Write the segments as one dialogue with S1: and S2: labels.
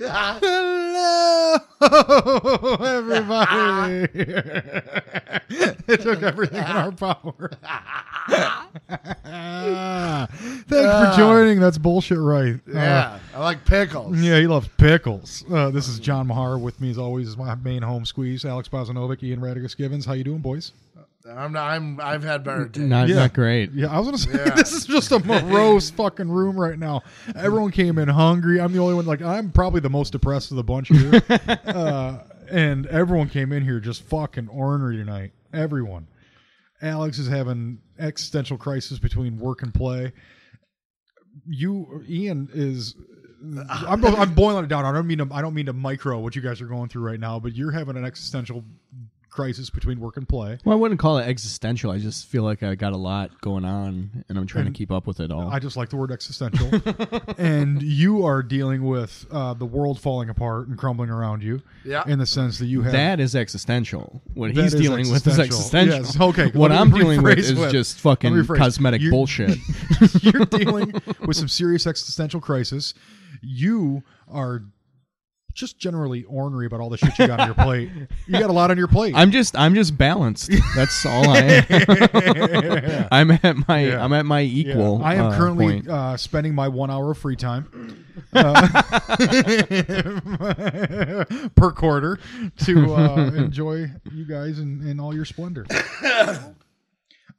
S1: Hello, everybody. it took everything in our power. Thanks for joining. That's bullshit, right? Uh,
S2: Yeah, I like pickles.
S1: yeah, he loves pickles. Uh, this is John Mahar. With me, as always, is my main home squeeze, Alex Bozanovic, Ian Radicus Givens. How you doing, boys?
S2: I'm not, I'm I've had better days.
S3: Not,
S1: Yeah.
S3: not great.
S1: Yeah, I was gonna say
S2: Yeah.
S1: this is just a morose fucking room right now. Everyone came in hungry. I'm the only one. Like I'm probably the most depressed of the bunch here, uh, and everyone came in here just fucking ornery tonight. Everyone. Alex is having existential crisis between work and play. You, Ian, is. I'm, I'm boiling it down. I don't mean to. I don't mean to micro what you guys are going through right now, but you're having an existential crisis between work and play.
S3: Well, I wouldn't call it existential. I just feel like I got a lot going on, and I'm trying to keep up with it all.
S1: I just like the word existential. and you are dealing with uh, the world falling apart and crumbling around you.
S2: Yeah.
S1: In the sense that you have
S3: that is existential. What
S1: That
S3: he's
S1: is
S3: dealing with is
S1: existential.
S3: existential.
S1: Yes, okay, let
S3: What
S1: me
S3: I'm dealing with
S1: rephrase
S3: is
S1: what-
S3: just fucking
S1: let me rephrase.
S3: cosmetic
S1: You're-
S3: bullshit.
S1: you're dealing with some serious existential crisis. You are just generally ornery about all the shit you got on your plate. You got a lot on your plate.
S3: I'm just I'm just balanced. That's all I am. I'm at my
S1: Yeah.
S3: I'm at my
S1: Yeah.
S3: equal.
S1: I am
S3: uh,
S1: currently
S3: point.
S1: uh, spending my one hour of free time uh, per quarter to uh, enjoy you guys and, and all your splendor.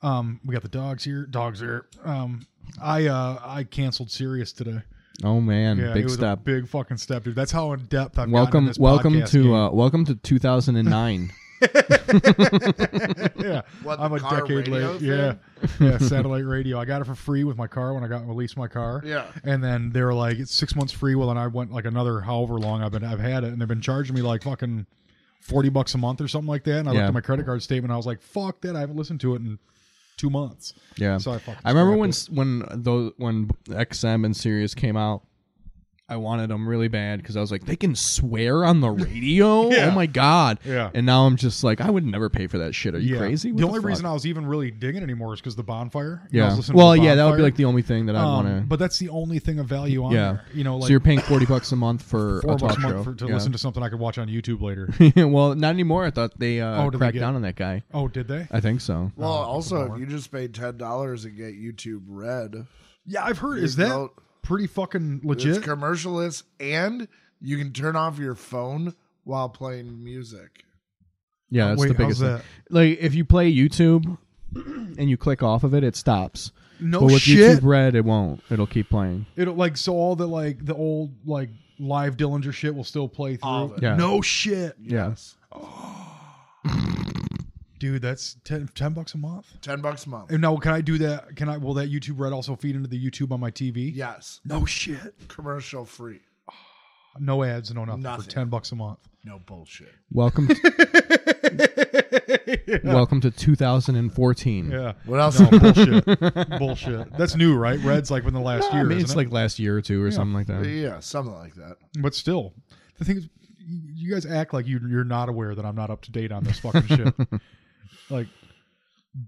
S1: um, we got the dogs here. Dogs here. Um, I uh, I canceled Sirius today.
S3: Oh man,
S1: Yeah, it
S3: big
S1: was
S3: step.
S1: a big fucking step, dude. That's how in depth I've gotten in
S3: welcome
S1: this
S3: welcome
S1: podcast
S3: to
S1: game.
S3: uh, welcome to 2009.
S1: yeah.
S2: What, the
S1: I'm a
S2: car
S1: decade
S2: radio
S1: late.
S2: thing?
S1: Yeah. Yeah, satellite radio. I got it for free with my car when I got released my car.
S2: Yeah.
S1: And then they were like, it's six months free. Well, then I went like another however long I've been I've had it, and they've been charging me like fucking forty bucks a month or something like that. And I looked
S3: Yeah.
S1: at my credit card statement. I was like, fuck that. I haven't listened to it in two months.
S3: Yeah,
S1: So I fucking
S3: remember
S1: scrapped
S3: when
S1: it.
S3: s- when those when XM and Sirius came out, I wanted them really bad because I was like, they can swear on the radio.
S1: Yeah.
S3: Oh my god!
S1: Yeah.
S3: and now I'm just like, I would never pay for that shit. Are you
S1: Yeah.
S3: crazy? What
S1: the only
S3: fuck?
S1: reason I was even really digging anymore is because the bonfire. You know, I was
S3: yeah,
S1: listening to
S3: well,
S1: the
S3: yeah, that would be
S1: Bonfire.
S3: like the only thing that I'd
S1: Um,
S3: want to.
S1: But that's the only thing of value on
S3: yeah,
S1: there. You know, like
S3: so you're paying forty bucks a month for
S1: four
S3: a talk
S1: bucks a
S3: show.
S1: month for, to
S3: Yeah.
S1: listen to something I could watch on YouTube later.
S3: well, not anymore. I thought they uh,
S1: Oh, did they
S3: cracked
S1: get-
S3: down on that guy.
S1: oh, did they?
S3: I think so.
S2: Well, also
S1: bummer.
S2: if you just pay ten dollars and get YouTube Red,
S1: Yeah, I've heard. Is
S2: You
S1: that
S2: know,
S1: pretty fucking
S2: it's
S1: legit?
S2: commercialless and you can turn off your phone while playing music.
S3: Yeah, that's
S1: Wait,
S3: the biggest
S1: how's
S3: thing. Like if you play YouTube and you click off of it, it stops.
S1: No
S3: but with
S1: shit.
S3: YouTube Red, it won't. It'll keep playing.
S1: It'll like so all the like the old like live Dillinger shit will still play through.
S2: All of it.
S3: Yeah.
S1: No shit,
S3: Yeah.
S1: dude. That's 10, 10 bucks a month.
S2: Ten bucks a month.
S1: And now can I do that? Can I? Will that YouTube Red also feed into the YouTube on my TV?
S2: Yes.
S1: No shit.
S2: Commercial free.
S1: No ads. No nothing, for
S2: Nothing.
S1: ten bucks a month.
S2: No bullshit.
S3: Welcome. To, Welcome to 2014.
S1: Yeah.
S2: What else?
S1: No Oh, bullshit. bullshit. That's new, right? Red's like within the last
S3: I
S1: year.
S3: mean,
S1: isn't
S3: it's
S1: it?
S3: like last year or two or something like that.
S2: yeah, something like that.
S1: But still, the thing is, you you guys act like you, you're not aware that I'm not up to date on this fucking shit. Like,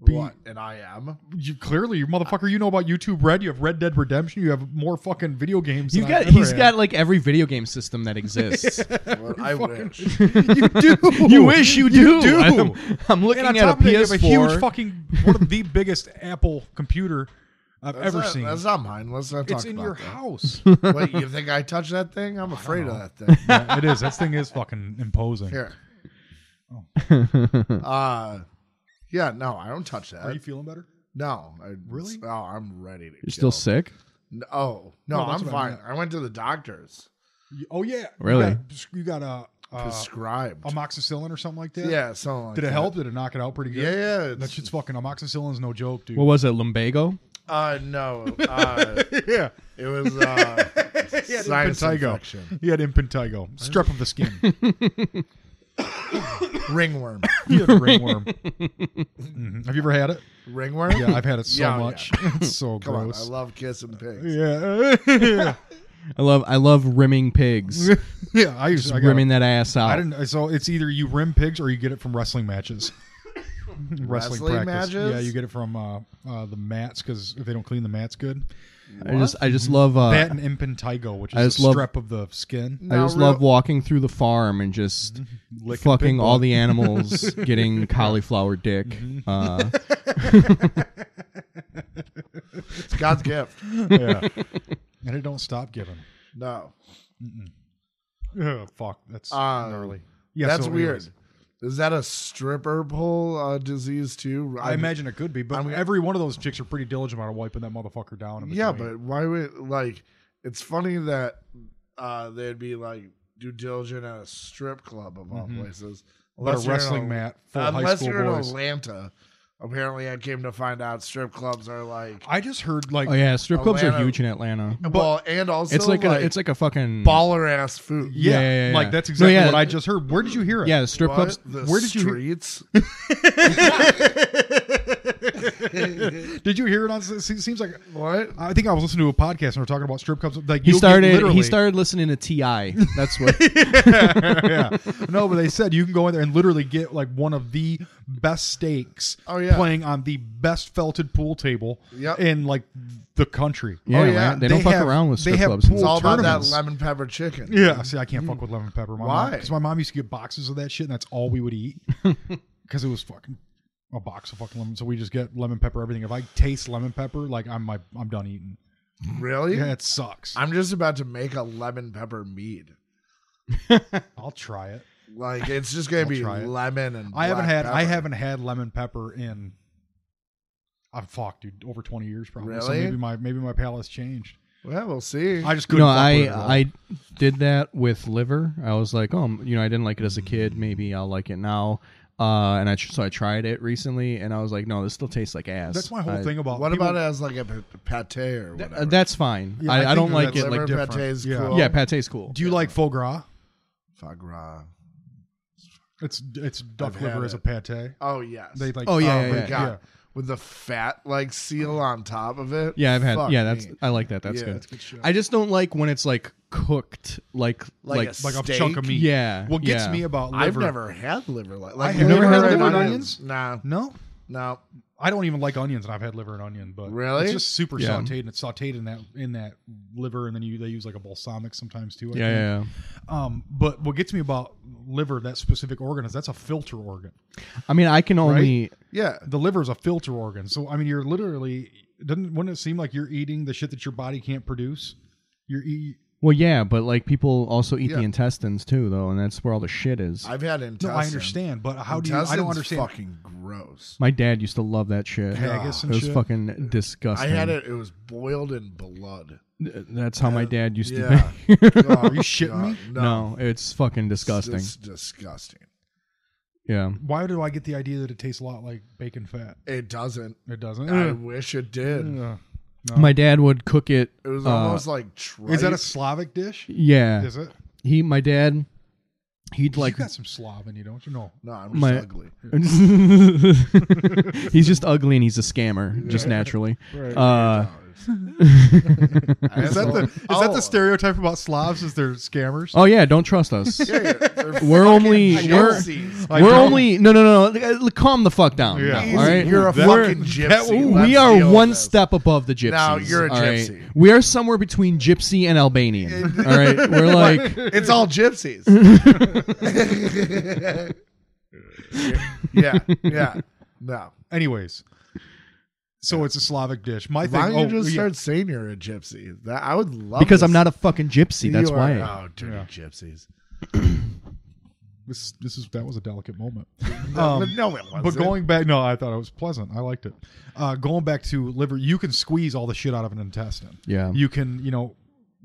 S1: Be-
S2: what? And I am.
S1: you clearly, you motherfucker, you know about YouTube Red. You have Red Dead Redemption. You have more fucking video games.
S3: You
S1: than I've
S3: got.
S1: ever
S3: He's
S1: had.
S3: got like every video game system that exists.
S2: Well, I wish.
S1: you do.
S3: you wish you do.
S1: do.
S3: I'm, I'm looking
S1: and on top
S3: at a
S1: of that, you have
S3: PS4.
S1: a huge fucking one of the biggest Apple computer I've
S2: That's
S1: ever
S2: not-
S1: seen.
S2: That's not mine. Let's not talk
S1: It's in
S2: about
S1: your
S2: that.
S1: house.
S2: Wait, you think I touch that thing? I'm afraid of that thing.
S1: Yeah, it is. That thing is fucking imposing.
S2: Here.
S1: Oh.
S2: uh yeah, no, I don't touch that.
S1: Are you feeling better?
S2: no, I,
S1: Really?
S2: Oh, I'm ready to.
S3: You're still
S2: go.
S3: sick.
S2: N- Oh no,
S1: No, that's
S2: I'm
S1: what I
S2: fine. I, went to the doctors.
S1: You- Oh yeah.
S3: Really?
S1: You got, you got a, uh
S2: Prescribed.
S1: amoxicillin or something like that.
S2: yeah, something. Like
S1: Did it
S2: that.
S1: help? Did it knock it out pretty good?
S2: Yeah, yeah.
S1: That
S2: it's-
S1: shit's fucking amoxicillin's no joke, dude.
S3: What was it? Lumbago.
S2: Uh, no, uh,
S1: yeah.
S2: it was uh, sinus
S1: impetigo.
S2: infection,
S1: He had impetigo, strep of the skin.
S2: ringworm,
S1: he had a ringworm. Mhm. Have you ever had it?
S2: ringworm.
S1: Yeah, I've had it so
S2: Yeah,
S1: much.
S2: yeah.
S1: It's so
S2: Come on, I
S1: gross.
S2: love kissing pigs.
S1: yeah,
S3: I love. I love rimming pigs.
S1: yeah. I used to. I, got-
S3: rimming that ass out.
S1: I didn't. So it's either you rim pigs or you get it from wrestling matches. wrestling
S2: Wrestling
S1: practice.
S2: matches?
S1: Yeah, you get it from uh, uh, the mats because if they don't clean the mats good,
S3: I just I just love uh,
S1: that and impetigo, which is
S3: I just
S1: a
S3: love-
S1: strep of the skin.
S3: I
S2: Now,
S3: just
S2: real-
S3: love walking through the farm and just
S1: Mm-hmm. Licking
S3: fucking
S1: pig
S3: all
S1: blood.
S3: the animals, getting cauliflower dick.
S1: Mm-hmm.
S3: Uh,
S2: It's God's gift.
S1: yeah. And it don't stop giving.
S2: No,
S1: Ugh, fuck, that's
S2: Uh,
S1: gnarly. Yeah,
S2: that's
S1: so
S2: weird.
S1: anyways,
S2: Is that a stripper pole uh, disease too?
S1: I imagine it could be, but
S2: I'm-
S1: every one of those chicks are pretty diligent about wiping that motherfucker down. in
S2: Yeah,
S1: between.
S2: but why would like? It's funny that uh, they'd be like due diligent at a strip club of all places. Unless you're
S1: but Mm-hmm. a
S2: in
S1: wrestling mat for high
S2: Unless
S1: school
S2: you're in
S1: boys.
S2: Atlanta, apparently I came to find out strip clubs are like
S1: I just heard like
S3: oh yeah, strip clubs are
S2: Atlanta-
S3: huge in Atlanta.
S2: well, and also
S3: It's like, a, it's like a fucking
S2: baller ass food.
S1: Yeah,
S3: Yeah, yeah, yeah,
S1: like
S3: yeah.
S1: that's
S3: No,
S1: exactly
S3: yeah.
S1: what I just heard. Where did you hear it?
S3: yeah, strip clubs.
S2: The
S1: where did you-
S2: streets?
S1: did you hear it on? It seems like
S2: what?
S1: I think I was listening to a podcast and we are talking about strip clubs. Like
S3: He
S1: you'll get
S3: started.
S1: literally-
S3: He started listening to Ti. That's what.
S1: yeah. No, but they said you can go in there and literally get like one of the best steaks
S2: Oh, yeah.
S1: playing on the best felted pool table
S2: Yep. Oh,
S1: in like the country.
S3: yeah,
S2: yeah,
S3: man, they, don't
S1: they
S3: fuck
S1: have-
S3: around with
S1: they
S3: strip
S1: have
S3: clubs. and
S1: pool
S2: It's all
S3: stuff.
S2: about that
S1: tournaments.
S2: lemon pepper chicken.
S1: Yeah, see, I can't fuck with lemon pepper. My
S2: Why?
S1: Because my mom used to get boxes of that shit, and that's all we would eat. Because it was fucking a box of fucking lemon. So we just get lemon pepper everything. If I taste lemon pepper, like I'm my I'm done eating.
S2: Really?
S1: Yeah, it sucks.
S2: I'm just about to make a lemon pepper mead.
S1: I'll try it.
S2: Like it's just gonna
S1: I'll
S2: be
S1: try it.
S2: lemon and
S1: I haven't
S2: black
S1: had I
S2: pepper.
S1: haven't had lemon pepper in I'm fucked, dude. Over twenty years probably. So
S2: Really?
S1: maybe my maybe my palate's changed.
S2: Well, we'll see.
S1: I just
S3: You
S1: couldn't.
S3: know,
S1: fuck
S3: I
S1: with it at all.
S3: I did that with liver. I was like, oh, you know, I didn't like it as a kid. Maybe I'll like it now. Uh, and I tr- so I tried it recently, and I was like, no, this still tastes like ass.
S1: that's my whole
S3: I-
S1: thing about
S2: what
S1: people-
S2: about as like a p- pate or
S3: Th-
S2: whatever?
S3: uh, that's fine.
S1: Yeah, I
S3: I, I,
S1: think
S3: don't
S1: that
S3: like it
S1: that's
S2: Liver
S3: like different.
S2: pate's
S1: Yeah.
S2: cool.
S3: Yeah, pate's cool.
S1: Do you like foie gras?
S2: Foie gras.
S1: It's it's duck
S2: I've
S1: liver
S2: had
S1: as a
S2: it.
S1: pate.
S2: Oh yes.
S1: They like
S3: Oh, yeah,
S1: uh,
S3: yeah,
S1: like,
S3: yeah.
S2: God. With the fat like seal on top of it.
S3: Yeah, I've had.
S2: Fuck
S3: yeah, that's
S2: me.
S3: I like that. That's
S2: Yeah,
S3: good.
S2: that's good shit.
S3: I just don't like when it's like cooked, like
S2: Like
S3: like,
S2: a
S1: like a
S2: Steak?
S1: chunk of meat.
S3: Yeah,
S1: What gets
S3: yeah.
S1: me about liver?
S2: I've never had liver like, like
S1: You've never had
S2: and
S1: liver and onions?
S2: Nah,
S1: No,
S2: no.
S1: I don't even like onions, and I've had liver and onion, but
S2: Really?
S1: it's just super
S3: Yeah.
S1: sautéed, and it's sautéed in that in that liver, and then you they use like a balsamic sometimes too. I
S3: Yeah,
S1: think.
S3: yeah,
S1: Um, but what gets me about liver, that specific organ, is that's a filter organ.
S3: yeah. I mean, I can only.
S2: Yeah,
S1: The liver is a filter organ. So I mean, you're literally doesn't wouldn't it seem like you're eating the shit that your body can't produce? You're eat,
S3: Well, yeah, but like people also eat the
S2: Yeah.
S3: intestines too, though, and that's where all the shit is.
S2: I've had
S1: no,
S2: intestine.
S1: I understand, but how do you? I
S2: Intestine's
S1: don't understand.
S2: Fucking gross.
S3: My dad used to love that shit.
S1: Haggis
S3: it
S1: and
S3: was
S1: shit?
S3: fucking
S2: I
S3: disgusting.
S2: had it. It was boiled in blood.
S3: That's how my dad used
S2: Yeah.
S3: to. Be.
S2: Are
S1: you shitting me?
S2: No,
S3: no, it's fucking disgusting.
S2: It's disgusting.
S3: yeah.
S1: Why do I get the idea that it tastes a lot like bacon fat?
S2: It doesn't.
S1: It doesn't.
S2: I
S1: Ugh.
S2: wish it did.
S1: Ugh.
S3: My dad would cook it.
S2: It was
S3: uh,
S2: almost like tripe.
S1: Is that a Slavic dish?
S3: yeah.
S1: Is it?
S3: He, my dad, he'd
S1: Like
S3: like
S1: you got some Slav in you, don't you? No.
S2: no? I'm just
S3: my-
S2: ugly.
S3: he's just ugly and he's a scammer, just naturally. Uh,
S1: Is that the is that
S2: Oh.
S1: the stereotype about Slavs? Is they're scammers?
S3: oh yeah, don't trust us.
S2: Yeah, yeah, they're fucking
S3: We're only- we're-
S2: gypsies.
S1: Like,
S3: We're
S1: don't-
S3: only no no no. no, uh, Calm the fuck down.
S1: Yeah.
S3: now,
S2: Easy,
S3: all right?
S2: you're a
S3: We're-
S2: fucking gypsy.
S1: that- ooh,
S2: Let's
S3: we are
S2: deal with
S3: one
S2: this.
S3: step above the gypsies.
S2: No, you're a
S3: all right?
S2: gypsy.
S3: We are somewhere between gypsy and Albanian. all right, we're like
S2: It's all gypsies. yeah, yeah. No.
S1: Anyways, so it's a Slavic dish.
S2: Why
S1: My thing.
S2: don't you
S1: oh,
S2: just
S1: yeah.
S2: start saying you're a gypsy? That I would love
S3: because
S2: to
S3: I'm not a fucking gypsy.
S2: see
S3: That's
S2: you
S3: why.
S2: Are, oh, dirty
S1: Yeah.
S2: gypsies.
S1: This this is that was a delicate moment.
S2: but
S1: Um,
S2: no, it wasn't.
S1: but going back, no, I thought it was pleasant. I liked it. Uh, going back to liver, you can squeeze all the shit out of an intestine.
S3: Yeah.
S1: you can. You know,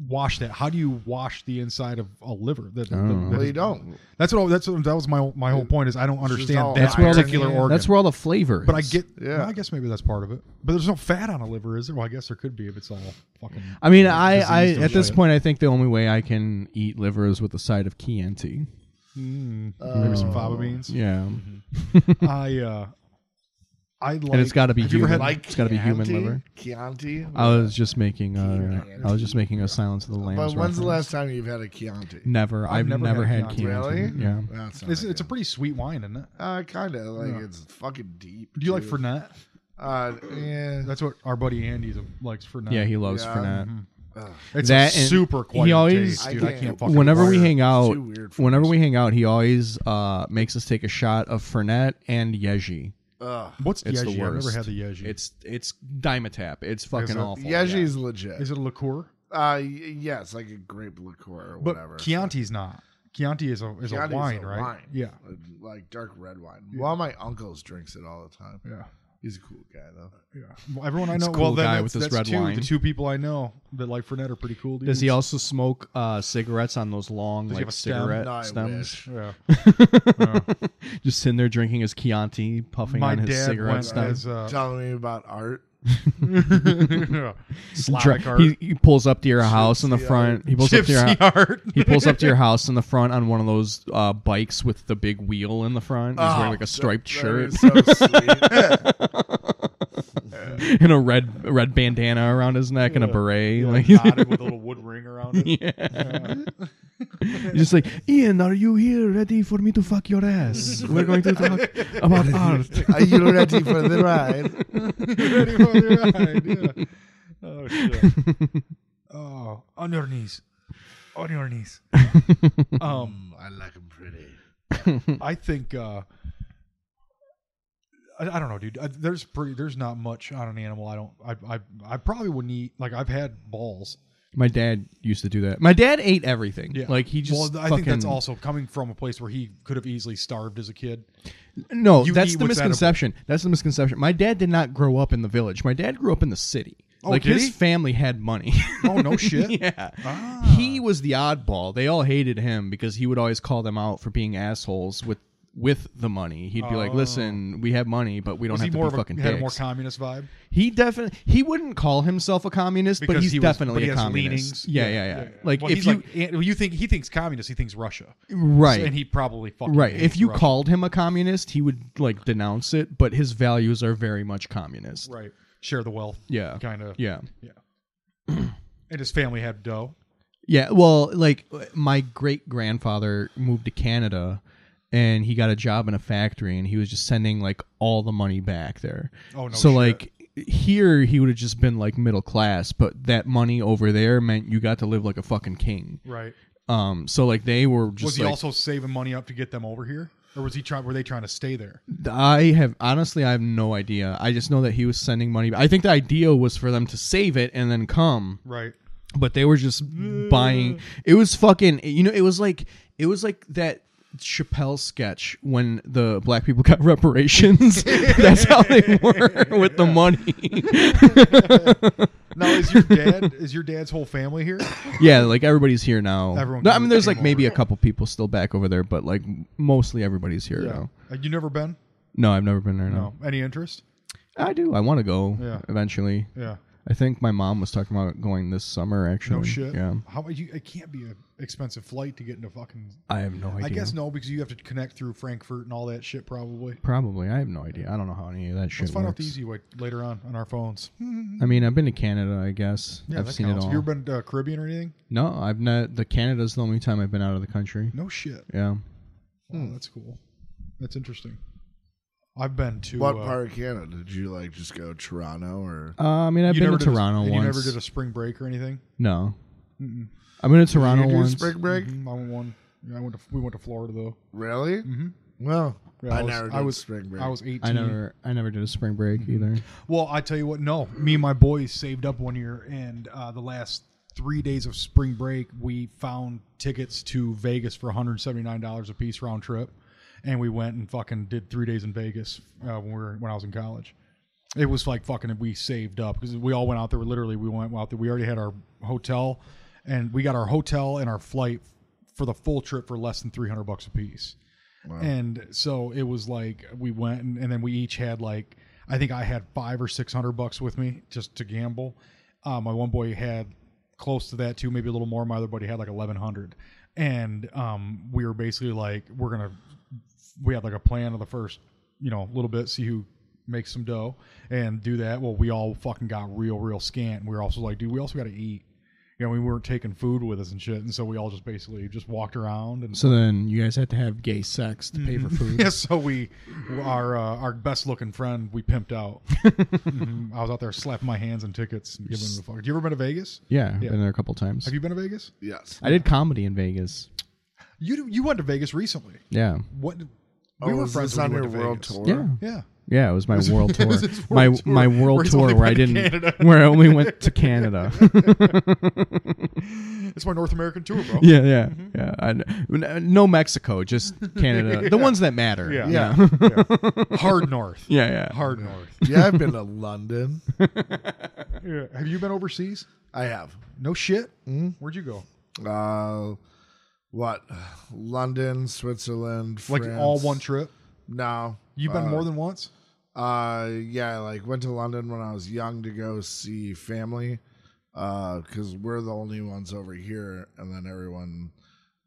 S1: wash that. How do you wash the inside of a liver? That,
S3: I don't
S2: well, you don't.
S1: That's what. I- That's what, that was my my whole point. Is I don't
S2: all
S1: understand that
S2: That's where all the-
S1: particular
S2: yeah.
S1: organ.
S3: That's where all the flavor.
S1: But I
S3: is.
S1: get.
S2: Yeah.
S1: well, I guess maybe that's part of it. But there's no fat on a liver, is there? Well, I guess there could be if it's all fucking.
S3: I mean, I, I
S1: diseased or
S3: at this
S1: shit.
S3: point, I think the only way I can eat liver is with a side of Chianti.
S1: maybe mm, some fava beans.
S3: Yeah,
S1: I uh, I like.
S3: and it's got to be
S1: Have you ever
S3: human.
S1: had
S2: Like
S3: it's got to be human
S2: Chianti?
S3: liver.
S2: Chianti.
S3: I was just making a.
S2: Chianti.
S3: I was just making a Silence of the Lambs.
S2: but when's the
S3: reference.
S2: last time you've had a Chianti?
S3: Never. I've, never, had, Chianti.
S2: Really?
S3: Yeah.
S2: That's not
S1: It's, it's a
S2: good.
S1: pretty sweet wine, isn't it?
S2: uh, kind of like it's fucking deep.
S1: Do you like
S2: dude.
S1: Fernet?
S2: Uh, yeah.
S1: That's what our buddy Andy likes for now.
S3: Yeah, he loves
S2: Yeah.
S3: for that.
S2: Ugh.
S1: it's
S3: that
S1: a
S3: and
S1: super quiet
S3: he always-
S1: taste, dude. Mm-hmm. I
S2: I
S1: can't,
S2: can't-
S1: fucking.
S3: whenever we
S1: bar it.
S3: hang out,
S2: too weird for
S3: whenever
S2: me.
S3: we hang out, he always uh, makes us take a shot of Fernet and Yeji.
S2: Ugh.
S1: what's
S3: It's the
S1: yeji? I've never
S3: worst.
S1: had the yeji.
S3: It's it's Dimetap. It's fucking
S1: it?
S3: awful.
S2: Yeji's legit.
S1: is it a liqueur?
S2: Uh, y- yeah, it's like a grape liqueur or
S1: But
S2: whatever.
S1: Chianti's not. Chianti is a is
S2: Chianti's
S1: a wine, right? Yeah,
S2: Uh, like dark red wine. Well, my uncles drinks it all the time.
S1: yeah.
S2: He's a cool guy though.
S1: Yeah. Well, everyone I
S3: It's
S1: know.
S3: a
S1: well,
S3: cool
S1: then
S3: guy
S1: that's-
S3: with his
S1: that's
S3: red
S1: two,
S3: wine.
S1: The two people I know that like Fernet are pretty cool. Dudes.
S3: Does he also smoke uh, cigarettes on those long
S1: Does he
S3: like
S1: have a stem?
S3: cigarette
S2: No, I
S3: stems?
S2: wish.
S1: Yeah.
S3: Just sitting there drinking his Chianti, puffing
S1: My
S3: on his
S1: dad
S3: cigarette
S1: went
S3: stem.
S1: as uh,
S2: Telling me about art.
S1: Slavic
S3: Dri-
S1: art.
S3: He, he pulls up to your house in the
S2: Gypsy
S3: front. He pulls up to your
S1: Gypsy art.
S3: he pulls up to your house in the front on one of those uh, bikes with the big wheel in the front. He's
S2: Oh,
S1: Ah,
S3: wearing like a striped
S2: that-
S3: shirt
S2: that is so sweet.
S3: and a red a red bandana around his neck and a beret. like,
S1: knotted with a little wood ring around it.
S3: yeah. He's just like Ian, are you here, ready for me to fuck your ass? We're going to talk about art.
S2: Are you ready for the ride?
S1: Ready for the ride, yeah. Oh shit. Oh, on your knees. On your knees. um
S2: Mm, I like him pretty.
S1: I think uh I, I don't know, dude. I, there's pretty, there's not much on an animal. I don't. I, I I probably wouldn't eat. Like I've had balls.
S3: My dad used to do that. My dad ate everything.
S1: Yeah.
S3: Like he just.
S1: well, I think that's
S3: fucking-
S1: also coming from a place where he could have easily starved as a kid.
S3: No,
S1: You
S3: that's
S1: eat
S3: the
S1: what's
S3: misconception. That's the misconception. My dad did not grow up in the village. My dad grew up in the city.
S1: Oh,
S3: like
S1: did
S3: his
S1: he?
S3: family had money.
S1: Oh no, shit.
S3: yeah.
S1: Ah.
S3: He was the oddball. They all hated him because he would always call them out for being assholes with with the money. He'd be like,
S1: Oh.
S3: "Listen, we have money, but we don't
S1: Was
S3: have
S1: he
S3: to
S1: more of
S3: be
S1: a,
S3: fucking
S1: had a more
S3: dicks."
S1: communist vibe?
S3: he definitely he wouldn't call himself a communist, but
S1: Because
S3: he's
S1: he was- but
S3: definitely
S1: he
S3: a
S1: has
S3: communist.
S1: leanings.
S3: Yeah, yeah, yeah, Like
S1: Well,
S3: if
S1: he's
S3: you
S1: like, and- well, you think he thinks communist, he thinks Russia,
S3: right,
S1: And he probably fucking
S3: Right.
S1: hates
S3: If you
S1: Russia.
S3: called him a communist, he would like denounce it, but his values are very much communist.
S1: right, share the wealth.
S3: Yeah.
S1: kind of.
S3: Yeah.
S1: yeah. and his family had dough.
S3: Yeah. Well, like uh, my great grandfather moved to Canada and he got a job in a factory and he was just sending like all the money back there.
S1: Oh, no
S3: So
S1: shit.
S3: like here he would have just been like middle class, but that money over there meant you got to live like a fucking king.
S1: Right.
S3: Um so like they were just
S1: was he
S3: like
S1: also saving money up to get them over here, or was he trying? Were they trying to stay there?
S3: I have honestly, I have no idea. I just know that he was sending money. I think the idea was for them to save it and then come,
S1: Right.
S3: but they were just buying. It was fucking. You know, it was like it was like that Chappelle sketch when the black people got reparations. That's how they were with the money.
S1: Now is your dad? is your dad's whole family here?
S3: yeah, like everybody's here now.
S1: Everyone
S3: No, I mean, there's
S1: came
S3: like maybe a couple people still back over there, but like mostly everybody's here now.
S1: Uh, You never been?
S3: No, I've never been there. No,
S1: Any interest?
S3: I do. I want to go
S1: Yeah.
S3: eventually.
S1: Yeah.
S3: I think my mom was talking about going this summer. Actually,
S1: No shit.
S3: Yeah,
S1: How you? It can't be an expensive flight to get into fucking.
S3: I have no idea.
S1: I guess no, because you have to connect through Frankfurt and all that shit. Probably.
S3: probably. I have no idea. I don't know how any of that shit
S1: Let's find out
S3: works.
S1: the easy way later on on our phones.
S3: I mean, I've been to Canada. I guess
S1: Yeah,
S3: I've
S1: that
S3: seen
S1: counts.
S3: it
S1: Have
S3: all.
S1: you ever been to uh, Caribbean or anything?
S3: no, I've not. The Canada's the only time I've been out of the country.
S1: No shit.
S3: Yeah, Hmm.
S1: Oh, that's cool. That's interesting. I've been to
S2: What
S1: uh,
S2: part of Canada did you like? Just go Toronto or
S3: uh, I mean, I've
S1: you
S3: been
S1: never
S3: to
S1: did a-
S3: Toronto
S1: and
S3: once.
S1: You never did a spring break or anything.
S3: no, I've been to Toronto
S2: you do
S3: once.
S2: spring break?
S1: Mhm, I went one. yeah, I went to we went to Florida though.
S2: Really? Mm-hmm. Well,
S1: Yeah,
S2: I,
S1: was,
S2: never did
S1: I was
S2: spring break.
S1: I was eighteen.
S3: I never, I never did a spring break
S1: Mm-hmm.
S3: either.
S1: Well, I tell you what, no. Me and my boys saved up one year, and uh, the last three days of spring break, we found tickets to Vegas for one hundred seventy nine dollars a piece round trip, and we went and fucking did three days in Vegas uh, when we were when I was in college. It was like fucking we saved up because we all went out there. Literally, we went out there. We already had our hotel, and we got our hotel and our flight for the full trip for less than three hundred bucks a piece. And so it was like we went and, and then we each had like I think I had five or six hundred bucks with me just to gamble. Uh, my one boy had close to that too, maybe a little more. My other buddy had like eleven hundred, and um, we were basically like we're gonna we had like a plan of the first you know little bit see who makes some dough and do that. Well, we all fucking got real real scant. And we were also like, dude, we also got to eat. you know, we weren't taking food with us and shit, and so we all just basically just walked around and
S3: So then you guys had to have gay sex to pay for food.
S1: yeah, so we, our uh, our best looking friend, we pimped out. Mhm. I was out there slapping my hands on tickets and giving them a fuck. Have you ever been to Vegas?
S3: Yeah, I've
S1: Yeah.
S3: been there a couple times.
S1: Have you been to Vegas?
S2: Yes.
S3: I did comedy in Vegas.
S1: You you went to Vegas recently.
S3: Yeah.
S1: What? We
S2: Oh, was this
S1: when
S2: on
S1: we
S2: your
S1: went to
S2: world
S1: Vegas.
S2: tour?
S3: Yeah.
S1: Yeah.
S3: Yeah, it was my world
S1: it
S3: tour.
S1: was his
S3: my
S1: world tour,
S3: my
S1: where
S3: world
S1: he's
S3: tour
S1: only
S3: where I
S1: been to
S3: didn't
S1: Canada.
S3: where I only went to Canada.
S1: It's my North American tour, bro.
S3: yeah, yeah,
S1: Mm-hmm.
S3: yeah. I kn- n- no Mexico, just Canada. The ones that matter.
S1: Yeah.
S3: yeah,
S2: Yeah.
S1: yeah. Hard North.
S3: yeah. yeah.
S1: Hard North.
S2: yeah, I've been to London.
S1: Yeah. Have you been overseas?
S2: I have.
S1: No shit. Where'd you go?
S2: Uh, what? London, Switzerland,
S1: Like
S2: France.
S1: all one trip.
S2: No.
S1: You've been
S2: uh,
S1: more than once.
S2: Uh, yeah, like went to London when I was young to go see family, uh, because we're the only ones over here, and then everyone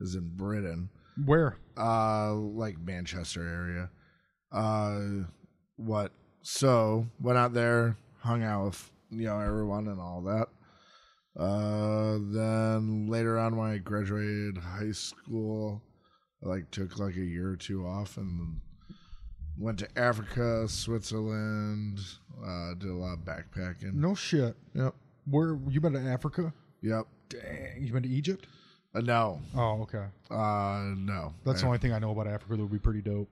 S2: is in Britain,
S1: Where?
S2: uh, like Manchester area. Uh, what? So went out there, hung out with you know everyone and all that. Uh, then later on when I graduated high school, I like took like a year or two off and went to Africa, Switzerland. Uh, did a lot of backpacking.
S1: No shit.
S2: Yep.
S1: Where you been to Africa?
S2: Yep.
S1: Dang. You been to Egypt?
S2: Uh, no.
S1: Oh, okay.
S2: Uh, no.
S1: That's the
S2: I,
S1: only thing I know about Africa that would be pretty dope.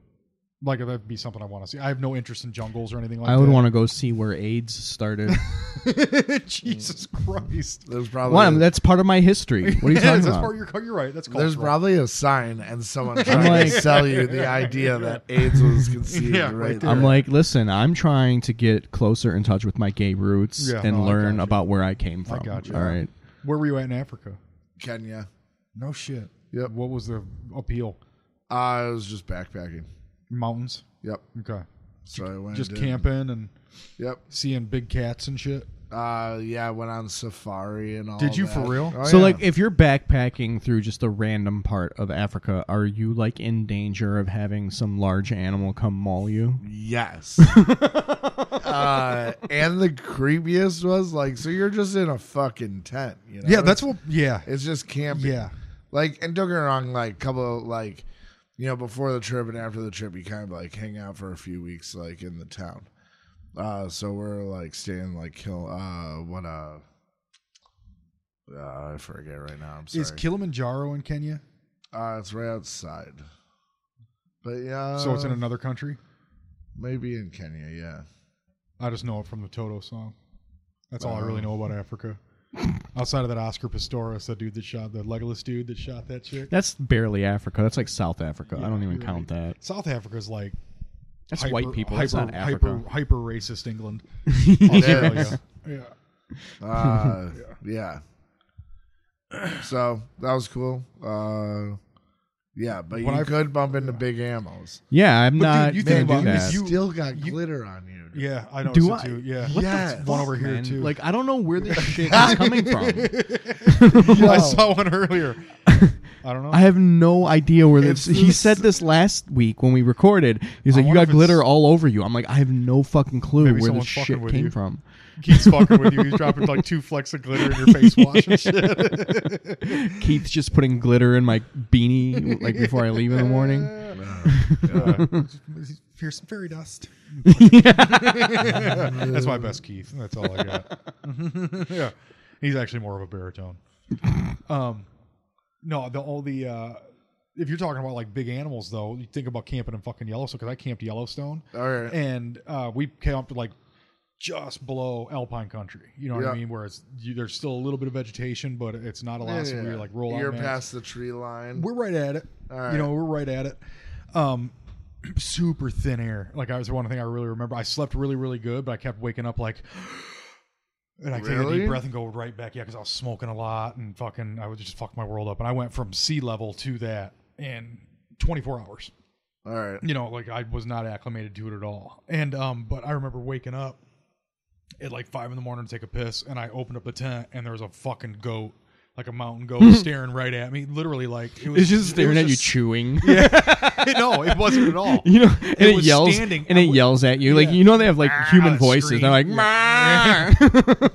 S1: Like that'd be something I want to see. I have no interest in jungles or anything like
S3: I
S1: that.
S3: would want to go see where AIDS started.
S1: to. Jesus
S2: Mm.
S1: Christ.
S2: there's probably
S3: One, that's part of my history. What are you
S1: Yes,
S3: talking
S1: that's
S3: about?
S1: part of your. You're right. That's
S2: there's
S1: cultural.
S2: probably a sign and someone trying
S3: like-
S2: to sell you the idea that AIDS was conceived
S1: Yeah,
S2: right,
S1: right
S2: there.
S3: I'm like, listen, I'm trying to get closer in touch with my gay roots
S1: Yeah,
S3: and
S1: no, I
S3: learn
S1: gotcha.
S3: about where I came from.
S1: gotcha.
S3: All right.
S1: Where were you at in Africa?
S2: Kenya.
S1: No shit.
S2: Yep.
S1: What was the appeal?
S2: Uh, I was just backpacking.
S1: Mountains.
S2: Yep.
S1: Okay.
S2: So I went
S1: Just
S2: and-
S1: camping and
S2: Yep.
S1: seeing big cats and shit.
S2: Uh, yeah, I went on safari and all.
S1: Did you for
S2: that.
S1: real?
S2: Oh,
S3: so,
S2: yeah.
S3: like, if you're backpacking through just a random part of Africa, are you like in danger of having some large animal come maul you?
S2: yes. uh, and the creepiest was like, so you're just in a fucking tent, you know?
S1: Yeah, that's what. Yeah.
S2: it's just camping.
S1: Yeah.
S2: Like, and don't get me wrong, like, couple of, like, you know, before the trip and after the trip, you kind of like hang out for a few weeks, like in the town. Uh, so we're like staying like kill. Uh, what uh, uh I forget right now. I'm sorry.
S1: Is Kilimanjaro in Kenya?
S2: Uh, it's right outside. But yeah,
S1: so it's in another country?
S2: maybe in Kenya. Yeah,
S1: I just know it from the Toto song. That's all I
S2: Uh.
S1: really know about Africa. Outside of that Oscar Pistorius, that dude that shot the legless dude that shot that chick.
S3: That's barely Africa. That's like South Africa. I don't even
S1: you're
S3: count that.
S1: South Africa's like
S3: That's
S1: hyper-
S3: white people.
S1: Hyper,
S3: That's not
S1: hyper,
S3: Africa.
S1: hyper racist England. Oh,
S2: Yes.
S1: Australia. yeah.
S2: uh, yeah. So that was cool. Uh, yeah, but
S1: When
S2: you
S1: I-
S2: could bump into big ammos.
S3: yeah, I'm not.
S1: dude, you
S3: gonna
S1: think
S3: do
S1: about
S3: that.
S1: this, you-
S2: still got glitter on you.
S1: Yeah, I know
S3: Do
S1: it
S3: I?
S1: too. Yeah.
S3: What the
S2: Yes.
S1: one
S3: fuck,
S1: over here
S3: man?
S1: too.
S3: Like, I don't know where this shit is coming from.
S1: Yeah, I saw one earlier. I don't know.
S3: I have no idea where this.
S2: It's
S3: He
S2: this-
S3: said this last week when we recorded. He's
S1: I
S3: like, "You
S1: wonder
S3: got
S1: if
S3: glitter
S1: it's-
S3: all over you." I'm like, I have no fucking clue
S1: Maybe
S3: where
S1: someone's
S3: this
S1: fucking
S3: shit
S1: with
S3: came
S1: you.
S3: from.
S1: Keith's fucking with you. He's dropping like two flecks of glitter in your face wash and shit.
S3: Keith's just putting glitter in my beanie like before I leave in the morning.
S1: Here's some fairy dust. That's my best Keith. That's all I got. yeah, he's actually more of a baritone. Um, no, the all the uh, if you're talking about like big animals though, you think about camping in fucking Yellowstone because I camped Yellowstone
S2: All right.
S1: and uh, we camped like just below alpine country. You know what I
S2: Yeah.
S1: mean? Where it's you, there's still a little bit of vegetation, but it's not a lot. So we like roll
S2: You're
S1: out. maps.
S2: past the tree line.
S1: We're right at it.
S2: All
S1: You know,
S2: right.
S1: we're right at it. Um, super thin air. Like I was one thing I really remember. I slept really, really good, but I kept waking up like, and I take a
S2: Really?
S1: deep breath and go right back. Yeah, because I was smoking a lot and fucking, I would just fuck my world up. And I went from sea level to that in 24 hours
S2: All right.
S1: you know, like I was not acclimated to it at all. And um, but I remember waking up at like five in the morning to take a piss, and I opened up the tent, and there was a fucking goat like a mountain goat staring right at me. Literally, like it was
S3: It's just
S1: it
S3: staring
S1: was
S3: at you
S1: just-
S3: chewing.
S1: no, it wasn't at all.
S3: You know, and it,
S1: was
S3: yells
S1: standing.
S3: and
S1: I
S3: it
S1: wa-
S3: yells at you. Like
S1: Yeah.
S3: you know, they have like
S1: Ah,
S3: human
S1: the
S3: voices.
S1: scream.
S3: They're like,
S1: Yeah.
S3: "Mah."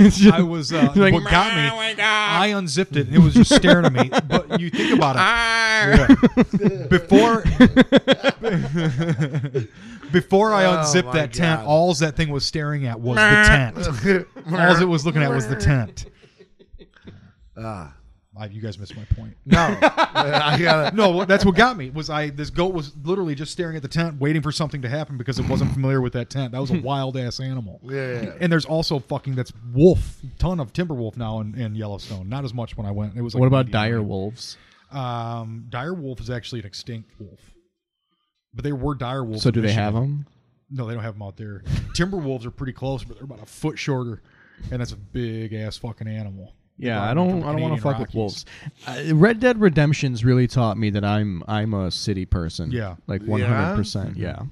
S3: It's just-
S1: I was uh,
S3: You're like,
S1: what got me.
S3: "Oh my God."
S1: I unzipped it and it was just staring at me. But you think about it. Yeah. Before before I
S2: Oh
S1: unzipped
S2: my
S1: that tent,
S2: God.
S1: alls that thing was staring at was the tent. Alls it was looking at was the tent.
S2: Ah.
S1: I- You guys missed my point.
S2: No, I gotta.
S1: No, what- that's what got me was I this goat was literally just staring at the tent, waiting for something to happen because it wasn't familiar with that tent. That was a wild ass animal.
S2: Yeah, yeah.
S1: And there's also fucking that's wolf, ton of timber wolf now in, in Yellowstone. Not as much when I went. It was. Like
S3: What about
S1: maybe-
S3: dire wolves?
S1: Um, dire wolf is actually an extinct wolf, but there were dire wolves.
S3: So
S1: in
S3: do they
S1: Michigan.
S3: have them?
S1: No, they don't have them out there. Timber wolves are pretty close, but they're about a foot shorter, and that's a big ass fucking animal.
S3: Yeah,
S1: They're
S3: I
S1: from
S3: don't.
S1: the
S3: I don't want
S1: Canadian
S3: to fuck with
S1: Rockies.
S3: wolves. Uh, Red Dead Redemption's really taught me that I'm I'm a city person.
S1: Yeah. Mm-hmm.
S3: like
S2: Yeah?
S3: one hundred percent. Yeah,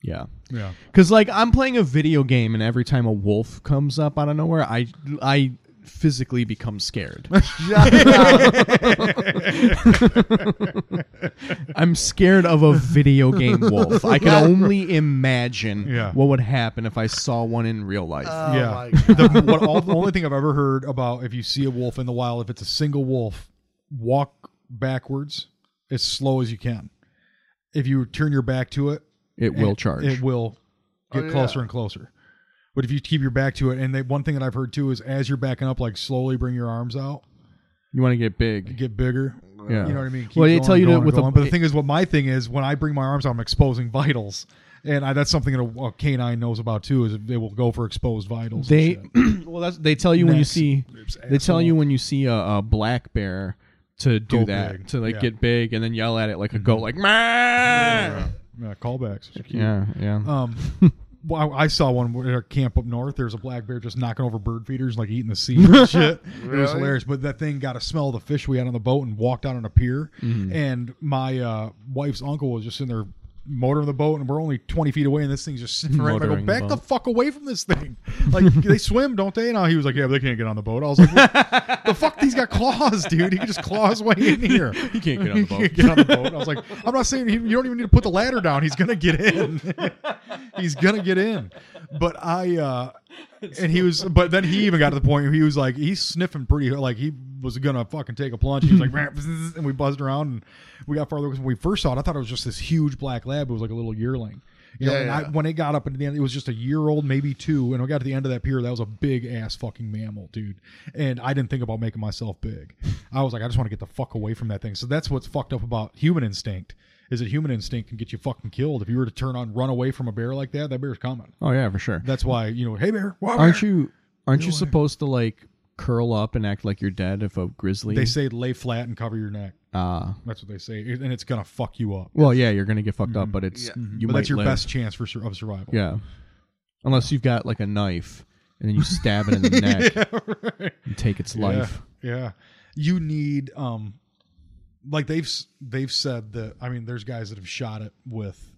S3: yeah.
S1: Yeah,
S3: Because like I'm playing a video game, and every time a wolf comes up out of nowhere, I I physically become scared. I'm scared of a video game wolf. I can only imagine
S1: Yeah.
S3: what would happen if I saw one in real life.
S2: Oh my
S1: yeah.
S2: God.
S1: The, what, all, the only thing I've ever heard about if you see a wolf in the wild, if it's a single wolf, walk backwards as slow as you can. If you turn your back to it,
S3: it will
S1: it-
S3: charge.
S1: It will get
S2: Oh, yeah.
S1: closer and closer. But if you keep your back to it, and they, one thing that I've heard too is as you're backing up, like slowly bring your arms out,
S3: you want to get big.
S1: get bigger.
S3: yeah.
S1: You know what I mean? Keep
S3: well, they
S1: going,
S3: tell you
S1: going,
S3: to with
S1: going.
S3: a
S1: but the thing is, what my thing is, when I bring my arms out, I'm exposing vitals, and I, that's something that a, a canine knows about too. Is they will go for exposed vitals. and
S3: They
S1: shit.
S3: well, that's they tell you when you
S1: Next.
S3: see
S1: Oops,
S3: they tell
S1: asshole.
S3: you when you see a, a black bear to do
S1: Go
S3: that
S1: big.
S3: to like
S1: Yeah. Mm-hmm.
S3: get big and then yell at it like a goat like "Mah!"
S1: Yeah, callbacks.
S3: yeah yeah
S1: Um, well, I I saw one where at our camp up north. There was a black bear just knocking over bird feeders, like eating the seed and shit. It was
S2: Really?
S1: hilarious. But that thing got a smell of the fish we had on the boat and walked out on a pier.
S3: Mm-hmm.
S1: And my uh, wife's uncle was just in there motoring the boat, and we're only twenty feet away, and this thing's just sitting right. I go,
S3: Motoring the
S1: back the,
S3: boat.
S1: fuck away from this thing. Like they swim, don't they? And all- he was like, yeah, but they can't get on the boat. I was like, "What the fuck? He's got claws, dude. He can just claw his way in here.
S3: he can't get on the
S1: He
S3: boat
S1: can't get on the boat. I was like, I'm not saying he, you don't even need to put the ladder down. He's gonna get in. He's gonna get in. But I, uh, and he was, but then he even got to the point where he was like, he's sniffing pretty, like he was gonna fucking take a plunge. He was like, "Bzz," and we buzzed around and we got farther. Because when we first saw it, I thought it was just this huge black lab. It was like a little yearling. You know,
S2: Yeah,
S1: and I,
S2: yeah.
S1: when it got up into the end, it was just a year old, maybe two. And I got to the end of that pier, that was a big ass fucking mammal, dude. And I didn't think about making myself big. I was like, I just want to get the fuck away from that thing. So that's what's fucked up about human instinct is that human instinct can get you fucking killed. If you were to turn on, run away from a bear like that, that bear's coming.
S3: oh yeah for sure
S1: That's why you know, hey bear, wah, bear.
S3: aren't you aren't you supposed to like curl up and act like you're dead if a grizzly
S1: They say lay flat and cover your neck.
S3: uh
S1: That's what they say, and it's gonna fuck you up.
S3: well yeah you're gonna get fucked up but it's
S2: Yeah.
S3: you
S1: Mm-hmm. but
S3: might
S1: that's your
S3: live.
S1: best chance for sur- of survival.
S3: yeah unless you've got like a knife and then you stab it in the neck and take its life
S1: Yeah, yeah. You need um like they've s- they've said that I mean there's guys that have shot it with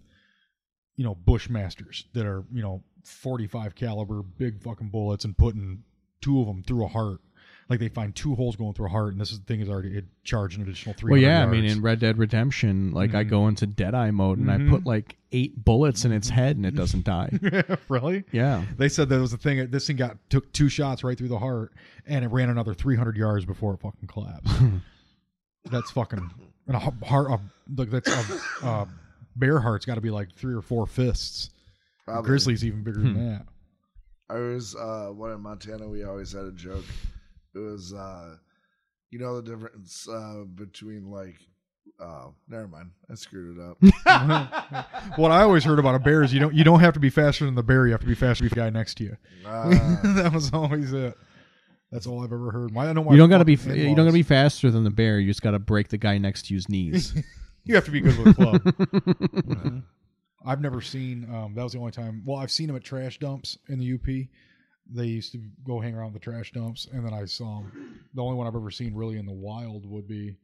S1: you know bushmasters that are, you know, 45 caliber big fucking bullets and putting two of them through a heart. Like they find two holes going through a heart and this is, thing is already it charged an additional 300
S3: Well, yeah, I
S1: yards. Mm-hmm.
S3: mean, in Red Dead Redemption, like I go into Deadeye mode and I put like eight bullets in its head and it doesn't die.
S1: really?
S3: yeah,
S1: They said that was the thing. This thing got took two shots right through the heart, and it ran another 300 yards before it fucking collapsed. that's fucking and a h- heart. A, like that's a, a bear heart's got to be like three or four fists.
S2: Probably.
S1: Grizzly's even bigger than
S3: Hmm.
S1: that.
S2: I was uh, one in Montana. We always had a joke. It was, uh, you know, the difference uh, between like, oh, never mind. I screwed it up.
S1: What I always heard about a bear is you don't you don't have to be faster than the bear. You have to be faster than the guy next to you.
S2: Uh,
S1: that was always it. That's all I've ever heard. My, I know my
S3: you don't gotta be
S1: fucking
S3: you don't gotta
S1: in-laws.
S3: be faster than the bear. You just gotta break the guy next to you's knees.
S1: You have to be good with a club. Mhm. I've never seen. Um, that was the only time. Well, I've seen them at trash dumps in the UP. They used to go hang around the trash dumps, and then I saw them. The only one I've ever seen really in the wild would be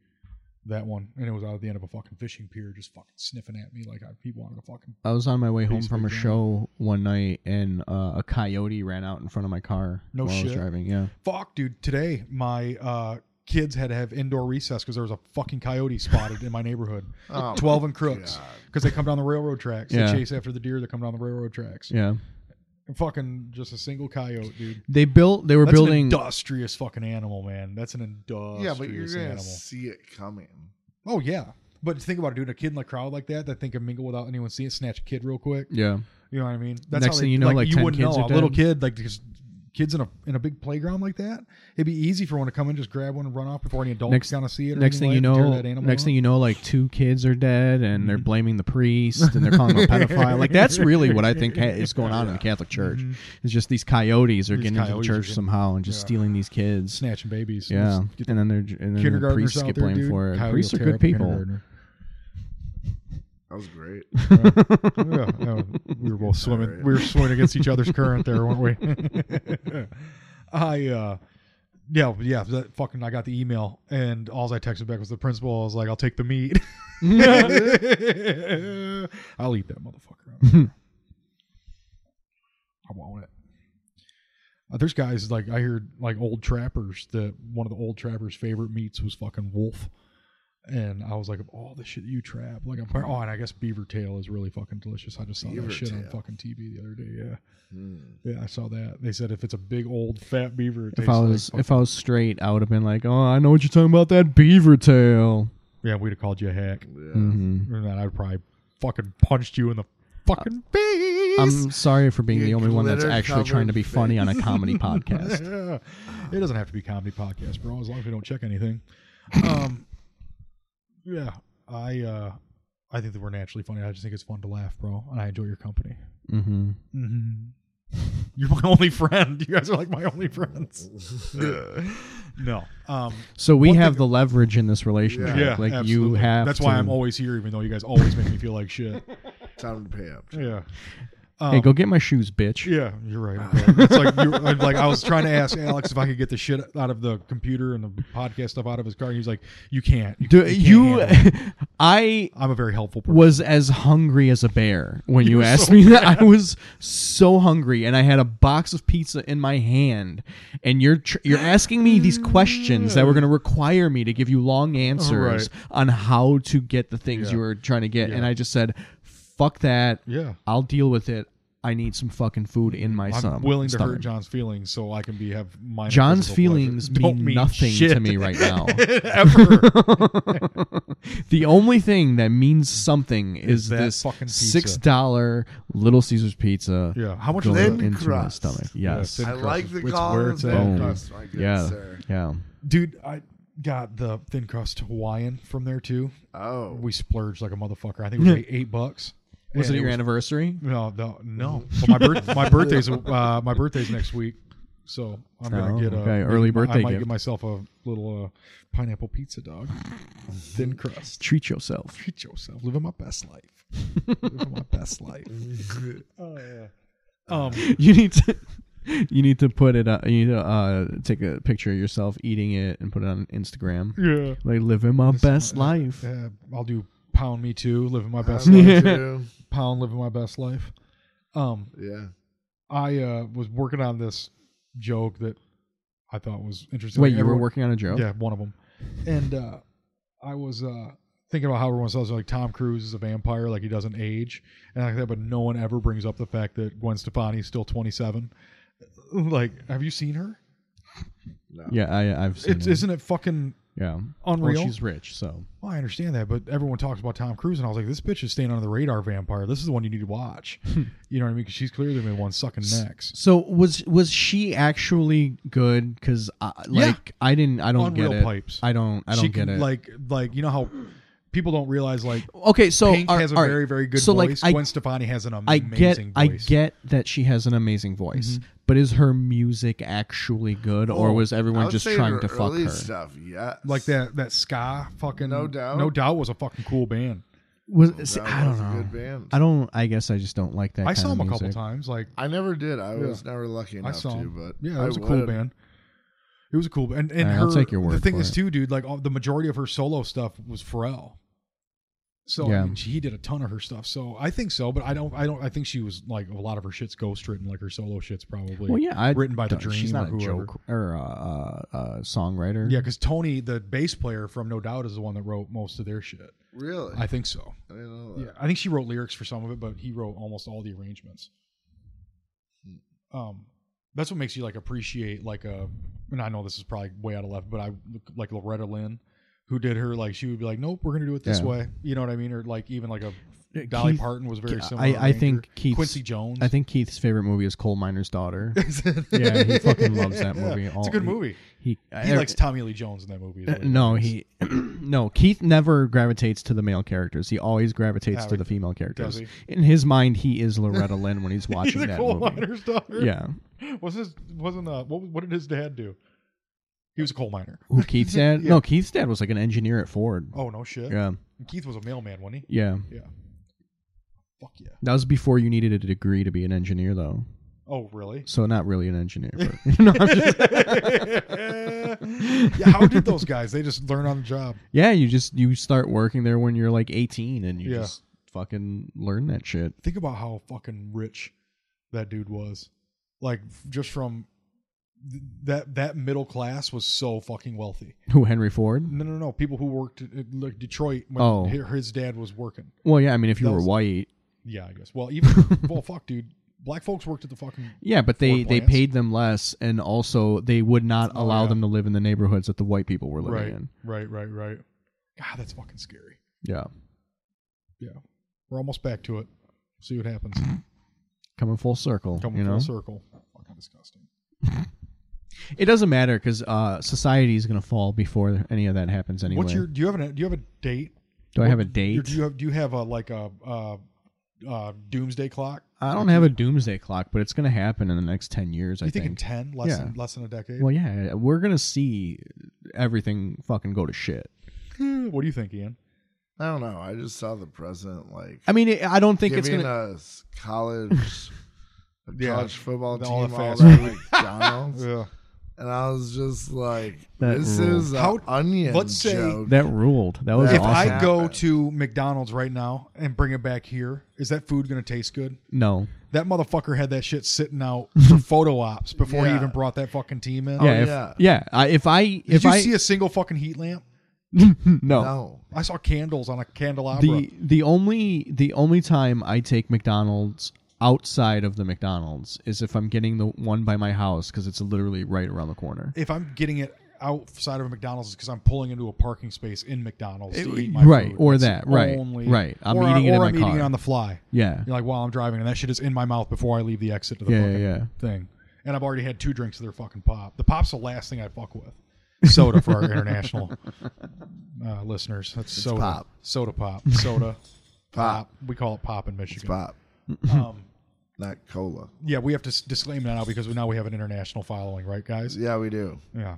S1: That one, and it was out at the end of a fucking fishing pier, just fucking sniffing at me like I, he wanted to fucking.
S3: I was on my way home from a
S1: Basically.
S3: show one night, and uh, a coyote ran out in front of my car
S1: No
S3: while I was
S1: shit.
S3: driving. Yeah,
S1: Fuck, dude. Today, my uh, kids had to have indoor recess because there was a fucking coyote spotted in my neighborhood.
S2: Oh,
S1: 12 and crooks.
S2: God.
S1: Because they come down the railroad tracks.
S3: Yeah.
S1: They chase after the deer that come down the railroad tracks.
S3: yeah.
S1: And fucking just a single coyote, dude.
S3: They built. They were
S1: That's an
S3: building.
S1: industrious fucking animal, man. That's an industrious
S2: yeah, but you're gonna
S1: animal.
S2: see it coming.
S1: Oh yeah, but think about it, dude. A kid in a crowd like that that think can mingle without anyone seeing, snatch a kid real quick.
S3: Yeah,
S1: You know what I mean? That's
S3: Next
S1: how
S3: thing you know, like,
S1: you
S3: 10
S1: wouldn't
S3: kids
S1: know
S3: are
S1: a little
S3: dead.
S1: kid like because kids in a in a big playground like that. It'd be easy for one to come in, just grab one and run off before any adult's
S3: Next-
S1: gonna see it. Or
S3: next
S1: anything
S3: thing you
S1: like that, tear
S3: know,
S1: that animal up.
S3: next
S1: Mm-hmm.
S3: thing you know, like two kids are dead, and they're blaming the priest, and they're calling him a pedophile. Like that's really what I think ha- is going on in the Catholic Church. It's just these coyotes are
S1: Mm-hmm. These
S3: getting
S1: coyotes
S3: into
S1: are
S3: the church
S1: getting-
S3: somehow and just
S1: yeah.
S3: stealing these kids.
S1: snatching babies.
S3: Yeah,
S1: Just get
S3: and then they're and then the
S1: kindergartners
S3: priests
S1: out
S3: get
S1: there,
S3: blamed
S1: dude.
S3: for it.
S1: Coyote
S3: priests
S1: will
S3: are
S1: tear
S3: good
S1: up a
S3: people.
S1: kindergartner.
S2: That was great.
S1: yeah, yeah, we were both swimming.
S2: Alright.
S1: We were swimming against each other's current there, weren't we? I, uh, yeah, yeah. That fucking, I got the email, and all I texted back was the principal. I was like, "I'll take the meat. I'll eat that motherfucker. I don't care. I want it." Uh, there's guys like I heard like old trappers that one of the old trappers' favorite meats was fucking wolf. And I was like, of all the shit you trap, like I'm, oh, and I guess beaver tail is really fucking delicious. I just saw
S2: Beaver
S1: that shit on
S2: tail.
S1: fucking TV the other day. Yeah,
S2: Hmm.
S1: yeah, I saw that. They said if it's a big old fat beaver, it
S3: If
S1: tastes
S3: I
S1: like
S3: was
S1: fuck-
S3: if I was straight, I would have been like, "Oh, I know what you're talking about. That beaver tail."
S1: yeah, we'd have called you a hack.
S2: Yeah.
S3: hmm
S1: And then I'd probably fucking punched you in the fucking face.
S3: Uh, I'm sorry for being
S2: You
S3: the only one that's
S2: glitter
S3: actually trying to be
S2: covered
S3: funny on a comedy podcast.
S1: Yeah. It doesn't have to be comedy podcast, bro. As long as we don't check anything. Um, yeah, I uh, I think that we're naturally funny. I just think it's fun to laugh, bro, and I enjoy your company.
S3: hmm
S1: Mm-hmm. You're my only friend. You guys are like my only friends. no, um,
S3: So we
S1: One
S3: have
S1: thing-
S3: the leverage in this relationship.
S1: yeah,
S3: like you
S1: absolutely.
S3: have.
S1: That's
S3: to,
S1: why I'm always here, even though you guys always make me feel like shit.
S2: Time to pay up.
S1: Yeah.
S3: Hey, go get my shoes, bitch.
S1: Yeah, you're right. bro. It's like you I'm like I was trying to ask Alex if I could get the shit out of the computer and the podcast stuff out of his car. He's like, "You can't." You,
S3: Do
S1: can't
S3: you?
S1: handle it."
S3: I
S1: I'm a very helpful person.
S3: was as hungry as a bear when you,
S1: were
S3: asked
S1: so
S3: me that. I was so hungry, and I had a box of pizza in my hand, and you're tr- you're asking me these questions that were
S1: Mm.
S3: going to require me to give you long answers on how to get the things
S1: Yeah.
S3: you were trying to get, and
S1: Yeah.
S3: I just said, "Fuck that!
S1: Yeah,
S3: I'll deal with it. I need some fucking food in my
S1: I'm
S3: stomach."
S1: willing to
S3: stomach."
S1: hurt John's feelings so I can be have my
S3: John's feelings mean, nothing to me right now.
S1: ever.
S3: The only thing that means something is
S1: that
S3: this
S1: fucking pizza.
S3: six dollar Little Caesars pizza.
S1: yeah, how much
S3: Go
S1: is that?
S2: Thin
S3: into my
S2: crust.
S3: stomach. Yes.
S1: thin
S2: I
S1: crust
S2: like
S1: is-
S2: the
S1: it's
S2: color
S1: where
S2: of
S1: it's
S2: that
S1: at.
S2: crust, my good
S3: Yeah.
S2: sir.
S3: Yeah.
S1: dude? I got the thin crust Hawaiian from there too.
S2: Oh,
S1: We splurged like a motherfucker. I think it was like eight bucks.
S3: Was
S1: And
S3: it
S1: it
S3: your
S1: was
S3: anniversary?
S1: No, no, no. But my birth, my birthday's uh, my birthday's next week, so I'm gonna
S3: Oh,
S1: get a
S3: okay, early birthday
S1: I might
S3: gift.
S1: get myself a little uh, pineapple pizza dog, thin crust.
S3: Treat yourself.
S1: Treat yourself. Living my best life. Living my best life. Oh yeah. Um.
S3: You need to. You need to put it. Uh, you need to uh, take a picture of yourself eating it and put it on Instagram.
S1: Yeah.
S3: Like living my best life.
S1: Uh, I'll do pound me too. Living my best
S2: I
S1: life.
S2: love you.
S1: Pound living my best life. Um.
S2: Yeah.
S1: I uh, was working on this joke that I thought was interesting.
S3: Wait,
S1: Like,
S3: you were
S1: everyone-
S3: working on a joke?
S1: Yeah, one of them. And uh, I was uh, thinking about how everyone says like Tom Cruise is a vampire, like he doesn't age and like that, but no one ever brings up the fact that Gwen Stefani is still 27. Like, have you seen her?
S2: No.
S3: Yeah, I, I've seen
S1: It's,
S3: it.
S1: isn't it fucking
S3: yeah. Well,
S1: unreal?
S3: she's rich, so
S1: Well, I understand that, but everyone talks about Tom Cruise, and I was like, this bitch is staying under the radar vampire. This is the one you need to watch.
S3: Hmm.
S1: you know what I mean? Because she's clearly been one sucking necks.
S3: So was was she actually good? Because like
S1: Yeah.
S3: I didn't, I don't
S1: Unreal
S3: get it.
S1: pipes.
S3: I don't, I don't
S1: she
S3: get
S1: can,
S3: it.
S1: Like, like you know how people don't realize like
S3: okay, so
S1: Pink
S3: all right,
S1: has a
S3: all right.
S1: very, very good
S3: so
S1: voice.
S3: like I,
S1: Gwen Stefani has an amazing
S3: I get,
S1: voice. Mm-hmm.
S3: I get that she has an amazing voice, but is her music actually good, or
S2: Oh,
S3: was
S2: I
S3: everyone
S2: would
S3: just
S2: say
S3: trying
S2: her
S3: to fuck
S2: early
S3: her?
S2: Stuff, yes.
S1: like that that ska fucking
S2: No Doubt.
S1: no doubt was a fucking cool band.
S3: Was
S2: That
S3: I don't
S2: was a
S3: know.
S2: good band.
S3: I don't. I guess I just don't like that.
S1: I saw them
S3: kind of
S1: a couple
S3: music.
S1: times. Like
S2: I never did. I
S1: Yeah.
S2: was never lucky
S1: I
S2: enough
S1: saw
S2: to,
S1: them,
S2: but
S1: yeah,
S2: I
S1: it was a cool
S2: would.
S1: band. It was cool, and and
S3: All right,
S1: her.
S3: I'll take your
S1: the
S3: word
S1: thing
S3: for
S1: is
S3: it.
S1: too, dude. Like all, the majority of her solo stuff was Pharrell. So
S3: Yeah.
S1: I mean, she, he did a ton of her stuff. So I think so, but I don't. I don't. I think she was like a lot of her shit's ghostwritten, like her solo shit's probably.
S3: Well, yeah, I
S1: written by the
S3: don't-
S1: Dream
S3: She's
S1: or
S3: not a
S1: whoever.
S3: joke or a uh, uh, songwriter.
S1: Yeah, because Tony, the bass player from No Doubt, is the one that wrote most of their shit.
S2: Really?
S1: I think so.
S2: I didn't know that.
S1: Yeah, I think she wrote lyrics for some of it, but he wrote almost all the arrangements.
S3: Hmm.
S1: Um, that's what makes you like appreciate like a. And I know this is probably way out of left, but I like Loretta Lynn, who did her like she would be like, nope, we're gonna do it this
S3: Yeah.
S1: way. You know what I mean? Or like even like a Dolly
S3: Uh, Keith-
S1: Parton was very
S3: Yeah,
S1: similar.
S3: I- I
S1: arranger.
S3: think Keith's-
S1: Quincy Jones.
S3: I think Keith's favorite movie is Coal Miner's Daughter.
S1: think.
S3: yeah, he fucking loves that movie.
S1: it's
S3: All-
S1: a good
S3: oh, he-
S1: movie.
S3: He,
S1: He
S3: I-
S1: likes Tommy Lee Jones in that movie. is
S3: Uh,
S1: what
S3: no, he no Keith never gravitates to the male characters. He always gravitates
S1: Ah,
S3: to the female
S1: does
S3: characters.
S1: he?
S3: In his mind, he is Loretta Lynn when he's watching
S1: He's a
S3: that
S1: coal
S3: movie.
S1: miner's daughter.
S3: Yeah,
S1: Was his wasn't uh what what did his dad do? He was a coal miner.
S3: who Keith's dad?
S1: Yeah.
S3: No, Keith's dad was like an engineer at Ford.
S1: Oh no shit.
S3: Yeah,
S1: Keith was a mailman, wasn't he?
S3: yeah.
S1: Yeah. Fuck yeah.
S3: That was before you needed a degree to be an engineer, though.
S1: Oh really?
S3: So not really an engineer. But, you know, I'm just-
S1: yeah, how did those guys? They just learn on the job.
S3: yeah, you just you start working there when you're like 18, and you
S1: Yeah.
S3: just fucking learn that shit.
S1: Think about how fucking rich that dude was. Like f- just from th- that that middle class was so fucking wealthy.
S3: Who Henry Ford?
S1: No, no, no. People who worked at- at, like Detroit when
S3: Oh.
S1: hi- his dad was working.
S3: Well, yeah. I mean, if you
S1: That
S3: were
S1: was-
S3: white,
S1: Yeah, I guess. Well, even well, fuck, dude. Black folks worked at the fucking
S3: Yeah, but they,
S1: Ford
S3: they
S1: plants.
S3: paid them less, and also they would not
S1: Oh,
S3: allow
S1: yeah.
S3: them to live in the neighborhoods that the white people were living
S1: right,
S3: in.
S1: right, right, right. God, that's fucking scary.
S3: Yeah,
S1: Yeah, we're almost back to it. See what happens.
S3: coming full circle.
S1: Coming
S3: you
S1: full
S3: know?
S1: circle. Fucking disgusting.
S3: It doesn't matter because uh, society is going to fall before any of that happens anyway.
S1: What's your? Do you have an? Do you have a date?
S3: Do I
S1: What-
S3: have a
S1: Do
S3: date?
S1: you have? Do you have a like a uh, uh, doomsday clock?
S3: I don't have a doomsday clock, but it's going to happen in the next ten years.
S1: You
S3: I
S1: think, in
S3: think.
S1: ten, less
S3: Yeah.
S1: than less than a decade.
S3: well, yeah, we're going to see everything fucking go to shit.
S1: Eh, what do you think, Ian?
S2: I don't know. I just saw the president like
S3: I mean, it, I don't think it's
S2: giving
S3: going to.
S2: us college a
S1: Yeah.
S2: college football team
S1: All
S2: all
S1: the fast
S2: that McDonald's,
S1: Yeah.
S2: and I was just like,
S3: That
S2: "This
S3: rule.
S2: is
S1: How-
S2: an onion
S1: let's say-
S2: joke."
S3: That ruled. That was
S2: If
S1: If
S3: awesome.
S1: I go
S2: Happened.
S1: to McDonald's right now and bring it back here, is that food going to taste good?
S3: no.
S1: That motherfucker had that shit sitting out for photo ops before he
S2: Yeah.
S1: even brought that fucking team in.
S3: Yeah. if,
S2: yeah.
S3: yeah. I, if I. If
S1: Oh, Did you
S3: I
S1: see a single fucking heat lamp?
S3: no.
S2: no,
S1: I saw candles on a candelabra.
S3: the the only the only time I take McDonald's outside of the McDonald's is if I'm getting the one by my house because it's literally right around the corner.
S1: if I'm getting it outside of a McDonald's, because I'm pulling into a parking space in McDonald's to eat my
S3: right
S1: food.
S3: or
S1: That's
S3: that right
S1: only-
S3: right. I'm
S1: or I-
S3: eating it in
S1: or
S3: my
S1: I'm
S3: car.
S1: eating it on the fly.
S3: yeah,
S1: You're like while I'm driving, and that shit is in my mouth before I leave the exit to the
S3: Yeah,
S1: fucking
S3: yeah, yeah.
S1: thing. And I've already had two drinks of their fucking pop. The pop's the last thing I fuck with. Soda for our international uh, listeners. That's soda.
S2: pop.
S1: Soda pop. Soda.
S2: Pop.
S1: We call it pop in Michigan.
S2: pop,
S1: Um,
S2: not cola.
S1: yeah, we have to s- disclaim that now because now we have an international following, right, guys?
S2: Yeah, we do.
S1: Yeah.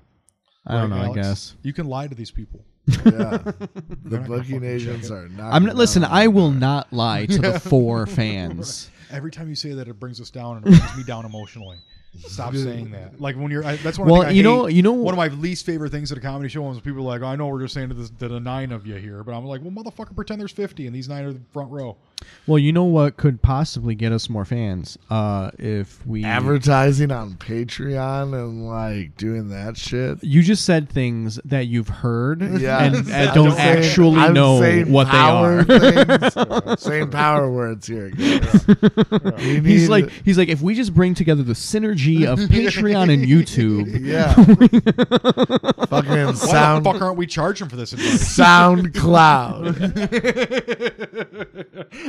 S3: I don't
S1: Right,
S3: know.
S1: Alex?
S3: I guess
S1: You can lie to these people.
S2: Yeah, the
S1: gonna
S2: booking
S1: fucking
S2: agents
S1: check
S2: are not.
S3: I'm not. Listen,
S2: gonna-
S3: I will not lie to the four fans.
S1: Every time you say that, it brings us down and it brings me down emotionally. Stop saying that. Like when you're, I, that's one.
S3: Well,
S1: of the
S3: you know- you know-
S1: one of my least favorite things at a comedy show is people are like, I know we're just saying to, this, to the nine of you here, but I'm like, well, motherfucker, pretend there's fifty and these nine are the front row.
S3: Well, you know what could possibly get us more fans? Uh, if we
S2: advertising on Patreon and like doing that shit.
S3: You just said things that you've heard
S2: Yeah,
S3: and, and
S2: I'm
S3: don't
S2: saying-
S3: actually
S2: I'm
S3: know
S2: saying
S3: what they
S2: power
S3: are.
S2: Things, saying power words here. guys. You
S3: He's
S2: need-
S3: like he's like if we just bring together the synergy of Patreon and YouTube.
S2: yeah, fucking
S1: Why
S2: sound
S1: the fuck aren't we charging for this advice?
S2: SoundCloud.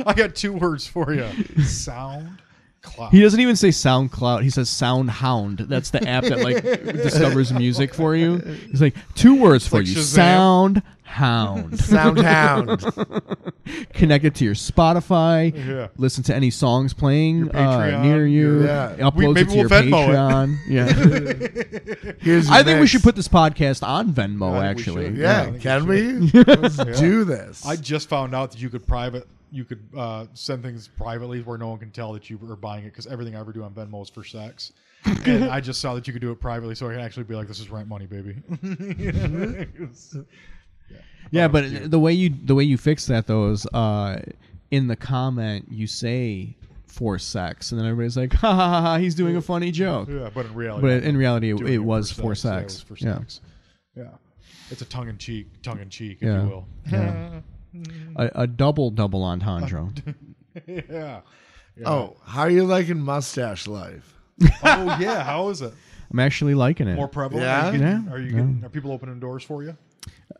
S1: I got two words for you: sound cloud.
S3: He doesn't even say SoundCloud. He says SoundHound. That's the app that like discovers music for you. He's like two words for
S1: like
S3: you:
S1: Shazam.
S3: SoundHound.
S2: SoundHound.
S3: Connected to your Spotify.
S1: Yeah.
S3: Listen to any songs playing uh,
S1: Patreon,
S3: near you.
S2: your- Yeah.
S3: Upload
S1: We-
S3: it
S1: maybe
S3: to
S1: we'll
S3: your
S1: Venmo it.
S3: Patreon. Yeah.
S2: Here's your
S3: I think we
S2: mix.
S3: should put this podcast on Venmo.
S1: I think we
S3: actually,
S1: should. Yeah, I
S2: Yeah,
S1: think we
S2: can we? Let's do this.
S1: I just found out that you could private, you could uh, send things privately where no one can tell that you are buying it because everything I ever do on Venmo is for sex. and I just saw that you could do it privately, so I could actually be like, "This is rent money, baby." You know? It was-
S3: yeah, but the way you the way you fix that though is uh, in the comment you say for sex, and then everybody's like, ha ha ha, ha he's doing a funny joke.
S1: yeah, but in reality,
S3: But in reality, it,
S1: doing
S3: it was
S1: Yeah,
S3: for
S1: it
S3: sex.
S1: was for
S3: Yeah.
S1: sex. Yeah. it's a tongue in cheek, tongue in cheek, if
S3: Yeah.
S1: you will.
S3: Yeah. a, a double double entendre.
S1: yeah. Yeah.
S2: Oh, how are you liking mustache life?
S1: oh yeah. How is it
S3: I'm actually liking it.
S1: more prevalent?
S2: Yeah.
S1: Are you getting,
S3: Yeah.
S1: Are, you
S3: Yeah.
S1: getting, are people opening doors for you?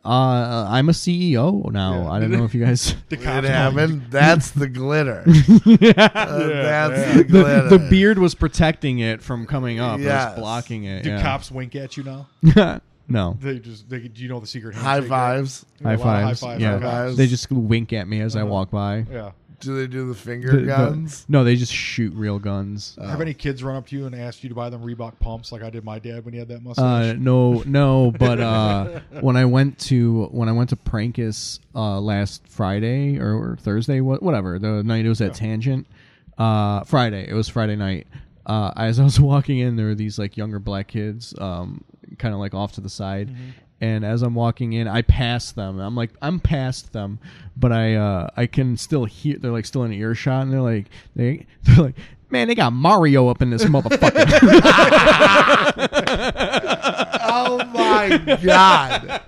S3: Uh, I'm a CEO now.
S1: Yeah.
S3: I don't know if you guys.
S1: The
S2: It
S1: cops
S2: happened. That's the glitter. Uh, that's
S1: yeah.
S2: the
S3: The,
S2: glitter.
S3: the beard was protecting it from coming up. It
S2: Yes.
S3: was blocking it.
S1: Do
S3: yeah.
S1: cops wink at you now?
S3: no.
S1: They just they do you know the secret
S2: High
S1: handshake, right?
S2: fives.
S1: There are
S3: High
S1: a lot of
S3: fives.
S1: high fives. Uh-huh.
S3: yeah.
S1: from cops.
S3: They just wink at me as I walk by.
S1: Yeah.
S2: Do they do the finger
S3: The- the-
S2: guns?
S3: no, they just shoot real guns.
S1: Have
S2: Oh.
S1: any kids run up to you and asked you to buy them Reebok pumps like I did my dad when he had that
S3: Uh,
S1: mustache?
S3: no, no, but uh, when I went to when I went to Prankus uh, last Friday or, or Thursday, what, whatever the night it was at Tangent, uh, Friday it was Friday night. Uh, as I was walking in, there were these like younger black kids, um, kind of like off to the side. And as I'm walking in, I pass them. I'm like, I'm past them, but I uh, I can still hear. They're like still in earshot, and they're like, they they're like, man, they got Mario up in this motherfucker.
S2: Oh my god!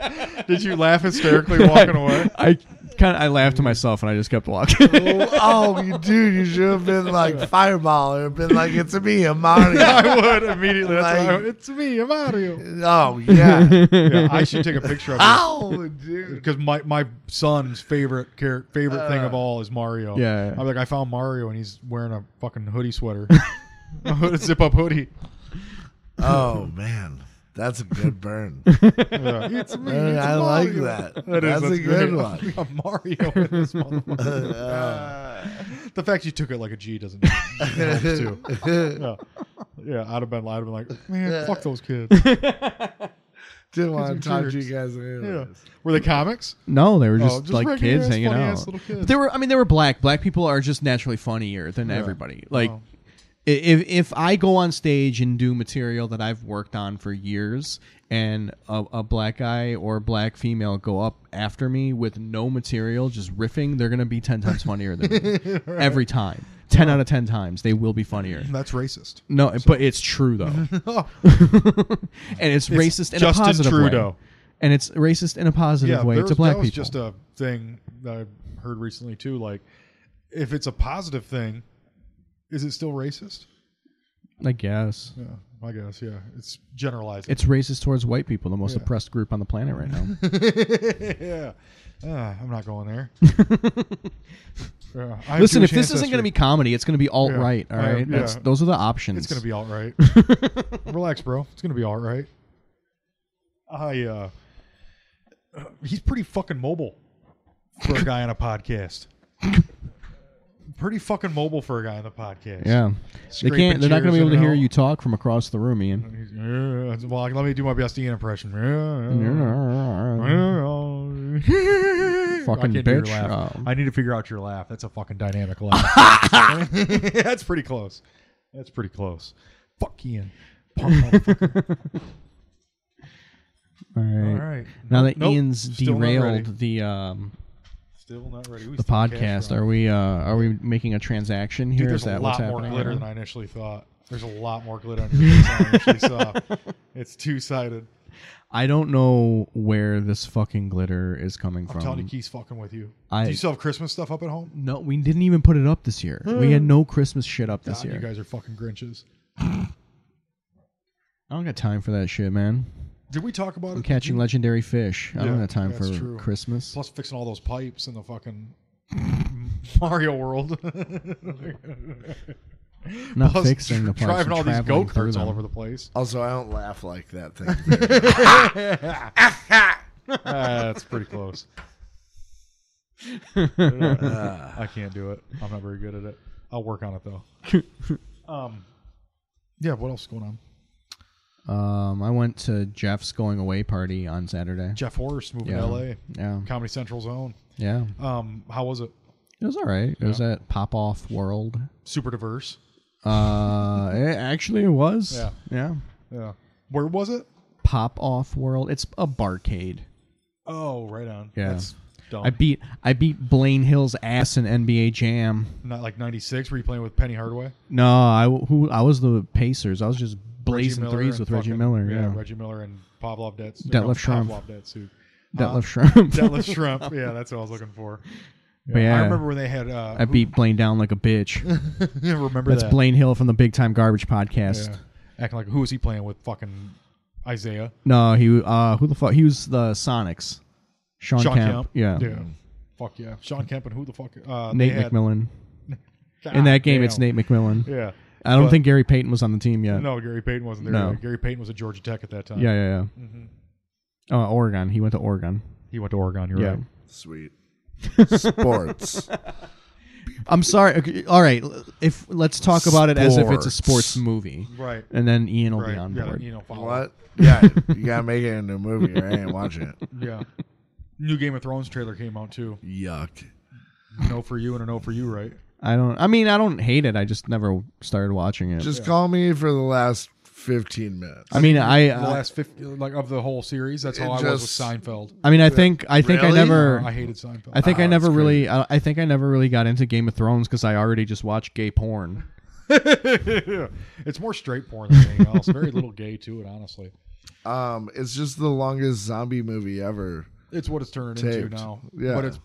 S1: did you laugh hysterically walking away?
S3: I kind of I laughed to myself and I just kept walking.
S2: Oh, you dude, you should have been like fireball or been like, "It's me, I'm Mario."
S1: I would immediately. That's
S2: Like-
S1: why I- it's me, I'm Mario.
S2: Oh yeah.
S1: Yeah, I should take a picture of it
S2: Oh, dude.
S1: because my, my son's favorite char- favorite thing of all is Mario.
S3: yeah.
S1: I'm like I found Mario and he's wearing a fucking hoodie sweater, a zip up hoodie.
S2: Oh man, that's a good burn.
S1: Yeah, it's me.
S2: Man,
S1: it's
S2: Uh, I like
S1: Mario.
S2: that.
S1: That is-
S2: That's a good
S1: great.
S2: one.
S1: I'm Mario in this motherfucker. the fact you took it like a G doesn't help too. Yeah. yeah, I'd have been, I'd have been like, man, fuck those kids.
S2: Didn't want
S1: Kids
S2: to
S1: are
S2: talk to
S1: jerks.
S2: you guys.
S1: Yeah.
S2: Anyways.
S1: Were they comics?
S3: no, they were just,
S1: Oh, just
S3: like
S1: regular
S3: kids
S1: ass,
S3: hanging
S1: funny ass
S3: out.
S1: little kids.
S3: But they were I mean they were black. Black people are just naturally funnier than everybody. Like
S1: Wow.
S3: i- if if I go on stage and do material that I've worked on for years and a, a black guy or black female go up after me with no material just riffing, they're going to be 10 times funnier than me. Every time. 10 out of 10 times they will be funnier.
S1: That's racist.
S3: No, but it's true though.
S1: Oh,
S3: and it's, racist in
S1: Justin
S3: a positive way.
S1: Trudeau.
S3: And it's racist in a positive way
S1: there
S3: to
S1: was-
S3: black
S1: that was
S3: people.
S1: just a thing that I heard recently too. Like, if it's a positive thing, is it still racist?
S3: I guess
S1: Yeah, I guess. Yeah, it's generalized.
S3: it's racist towards white people, the most
S1: Yeah.
S3: oppressed group on the planet right now.
S1: yeah, uh, I'm not going there. Yeah, I have
S3: Listen, if
S1: Jewish
S3: this isn't going to
S1: ancestry.
S3: be comedy, it's going to be alt right.
S1: Yeah.
S3: All
S1: I-
S3: right,
S1: yeah.
S3: That's, those are the options.
S1: It's gonna be all right. Relax, bro. It's gonna be all right. I uh, he's pretty fucking mobile for a guy on a podcast. Pretty fucking mobile for a guy on the podcast.
S3: yeah. They
S1: Scraping
S3: can't. They're not going
S1: chairs
S3: to be able
S1: in
S3: to
S1: and
S3: hear
S1: out.
S3: you talk from across the room, Ian.
S1: He's, "Yeah." Well, let me do my best Ian impression. Yeah.
S3: Fucking
S1: I can't do your
S3: bitch.
S1: laugh.
S3: Oh.
S1: I need to figure out your laugh. That's a fucking dynamic laugh. That's pretty close. That's pretty close. Fuck Ian. Punk motherfucker.
S3: All right.
S1: All right.
S3: Now
S1: Nope,
S3: that
S1: nope.
S3: Ian's
S1: Still not ready.
S3: derailed the um,
S1: Still not ready. We
S3: the
S1: still have
S3: podcast,
S1: cash on.
S3: are we uh, are we making a transaction here?
S1: Dude,
S3: Is
S1: there's a
S3: that what's
S1: lot more
S3: happening?
S1: glitter than I initially thought. There's a lot more glitter on your face than I initially saw. It's two sided.
S3: I don't know where this fucking glitter is coming
S1: I'm telling you,
S3: from.
S1: Keith's fucking with you.
S3: I-
S1: Do you still have Christmas stuff up at home?
S3: No, we didn't even put it up this year. we had no Christmas shit up this
S1: God, Hmm. you
S3: year.
S1: guys are fucking Grinches.
S3: I don't got time for that shit, man.
S1: Did we talk about
S3: I'm
S1: it?
S3: catching legendary fish. I don't
S1: Hmm. Yeah,
S3: have time
S1: that's
S3: for
S1: true.
S3: Christmas.
S1: Plus fixing all those pipes in the fucking Mario World.
S3: Not
S1: Plus
S3: fixing the pipes.
S1: driving all these go
S3: traveling through
S1: karts all
S3: them.
S1: over the place.
S2: Also, I don't laugh like that thing.
S1: Ah, that's pretty close. I can't do it. I'm not very good at it. I'll work on it though. Um, yeah. What else is going on?
S3: Um, I went to Jeff's going away party on Saturday.
S1: Jeff Horst moving
S3: yeah.
S1: to L.A.
S3: Yeah.
S1: Comedy Central Zone.
S3: Yeah.
S1: Um, how was it?
S3: It was all right. It was at Pop Off World.
S1: Super diverse.
S3: Uh, it actually, it was.
S1: Yeah.
S3: yeah.
S1: Yeah. Where was it?
S3: Pop Off World. It's a barcade.
S1: Oh, right on.
S3: Yeah.
S1: That's dumb.
S3: I beat I beat Blaine Hill's ass in NBA Jam.
S1: Not like 96 were you playing with Penny Hardaway?
S3: No, I w- who I was the Pacers. I was just
S1: Reggie
S3: blazing
S1: Miller
S3: threes
S1: and
S3: with Reggie
S1: fucking-
S3: Miller. Yeah,
S1: Reggie Miller and Pavlov Dets.
S3: Detlef Schrempf.
S1: Pavlov Uh, Detsuk.
S3: Detlef Schrempf.
S1: Detlef Shrimp. Yeah, that's what I was looking for.
S3: But yeah,
S1: I
S3: I,
S1: remember when they had. Uh,
S3: beat Blaine down like a bitch.
S1: I remember
S3: That's
S1: that.
S3: Blaine Hill from the Big Time Garbage podcast.
S1: Yeah. Acting like who was he playing with? Fucking Isaiah.
S3: No, he uh, who the fuck? He was the Sonics. Sean,
S1: Sean
S3: Kemp.
S1: Kemp.
S3: Yeah.
S1: Fuck yeah. Sean Kemp and who the fuck? Uh,
S3: Nate
S1: they had-
S3: McMillan. In that game,
S1: God
S3: it's
S1: damn.
S3: Nate McMillan.
S1: Yeah.
S3: I don't
S1: But-
S3: think Gary Payton was on the team yet.
S1: No, Gary Payton wasn't there.
S3: No.
S1: either. Gary Payton was at Georgia Tech at that time.
S3: Yeah, yeah, yeah.
S1: Mm-hmm.
S3: Uh, Oregon. He went to Oregon.
S1: He went to Oregon. You're
S3: Yeah.
S1: right.
S2: Sweet. Sports.
S3: I'm sorry. okay, All right. If let's talk about it as if it's a sports
S2: Sports.
S3: movie,
S1: Right.
S3: and then Ian will
S1: Right.
S3: be on
S1: You gotta,
S3: board.
S1: you know, follow
S2: what? Yeah, you gotta make it into a movie or I ain't watching it.
S1: Yeah. New Game of Thrones trailer came out too.
S2: Yuck.
S1: No for you and a no for you, right?
S3: I don't. I mean, I don't hate it. I just never started watching it.
S2: Just call me for the last 15 minutes.
S3: I mean, I.
S1: The
S3: I,
S1: last fifty, like of the whole series. That's how
S2: It
S1: I was with
S2: just-
S1: Seinfeld.
S3: uh, I mean, I think. I think
S2: Really?
S3: I never.
S1: I hated Seinfeld.
S3: I think I
S2: Oh,
S3: never
S2: that's
S3: really. I, I think I never really got into Game of Thrones because I already just watched gay porn.
S1: it's more straight porn than anything else. Very little gay to it, honestly.
S2: Um, it's just the longest zombie movie ever.
S1: It's what it's turning
S2: Taped.
S1: into now.
S2: Yeah.
S1: But it's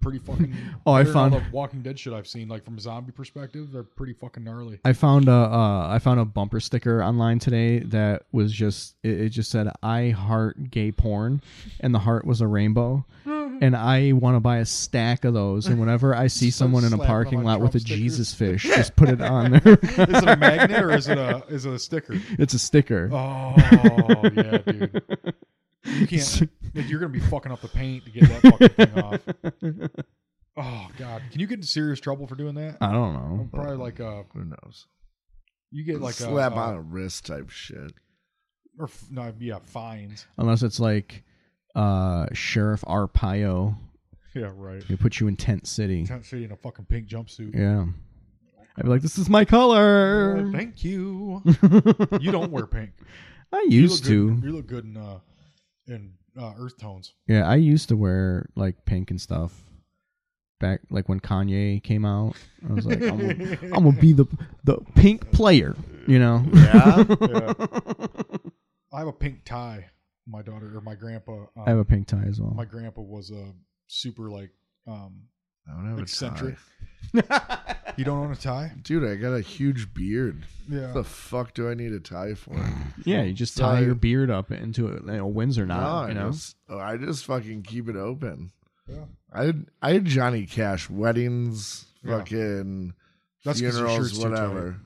S1: pretty fucking.
S3: Oh, I
S1: better than all
S3: found-
S1: the Walking Dead shit I've seen. Like from a zombie perspective, they're pretty fucking gnarly.
S3: I found a. Uh, I found a bumper sticker online today that was just. It, it just said "I heart gay porn," and the heart was a rainbow. And I want to buy a stack of those. And whenever I see
S1: Start
S3: someone in a
S1: slapping
S3: parking
S1: them on
S3: lot with a
S1: drumstickers.
S3: Jesus fish, just put it on there.
S1: Is it a magnet or is it a is it a sticker?
S3: it's a sticker.
S1: Oh yeah, dude. You can't. like, You're gonna be fucking up the paint to get that fucking thing off. Oh god, can you get in serious trouble for doing that?
S3: I don't know.
S1: Probably like uh,
S2: Who knows?
S1: you get like
S2: slap
S1: a,
S2: on
S1: uh,
S2: a wrist type shit.
S1: or f- no, yeah, fines.
S3: Unless it's like uh, Sheriff Arpaio,
S1: Yeah, right.
S3: who put you in Tent City.
S1: Tent City in a fucking pink jumpsuit.
S3: Yeah. I'd be like, this is my
S1: Oh,
S3: color.
S1: thank you. you don't wear pink.
S3: I
S1: You
S3: used
S1: look good-
S3: to.
S1: You look good in uh, in uh, earth tones.
S3: Yeah, I used to wear like pink and stuff. Back like when Kanye came out, I was like, I'm gonna, I'm gonna be the the pink player, you know.
S2: Yeah.
S1: Yeah. I have a pink tie. My daughter or my grandpa. Um,
S3: I have a pink tie as well.
S1: my grandpa was a super like um
S2: I don't have
S1: eccentric.
S2: a tie.
S1: you don't own a tie?
S2: Dude, I got a huge beard.
S1: Yeah.
S2: What the fuck do I need a tie for?
S3: yeah, you just
S2: So
S3: tie
S2: I-
S3: your beard up into a, a Windsor
S2: no,
S3: knot,
S2: I,
S3: you know.
S2: just, oh, I just fucking keep it open.
S1: Yeah.
S2: I had, I had Johnny Cash weddings,
S1: Yeah.
S2: fucking
S1: That's 'cause your shirt's
S2: funerals,
S1: too tight.
S2: whatever.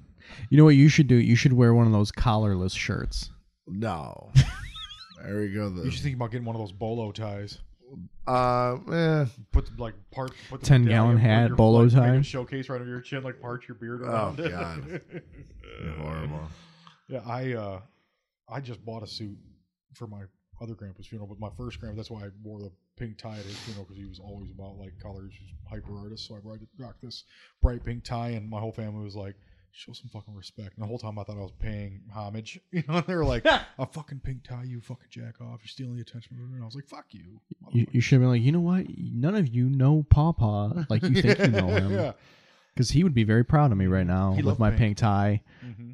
S3: You know what you should do? You should wear one of those collarless shirts.
S2: No. there we go.
S1: You
S2: The,
S1: should think about getting one of those bolo ties.
S2: uh, eh,
S1: Put the, like part put the
S3: 10
S1: medallion,
S3: gallon
S1: put
S3: hat,
S1: your,
S3: bolo Oh,
S1: like,
S3: tie.
S1: make a Showcase right over your chin, like part your beard around. it.
S2: God. horrible.
S1: yeah, I uh, I just bought a suit for my other grandpa's funeral, but my first grandpa. That's why I wore the pink tie at his funeral because he was always about like colors, he's a hyper artist. So I rocked rocked this bright pink tie, and my whole family was like. Show some fucking respect. And the whole time I thought I was paying homage. You know, and they were like, a fucking pink tie, you fucking jack off. You're stealing the attention. And I was like, fuck you.
S3: You, you should have been like, you know what? None of you know Papa like you think you know him.
S1: yeah.
S3: Because he would be very proud of me right now
S1: He
S3: with
S1: loved
S3: my
S1: pink.
S3: pink tie,
S1: hmm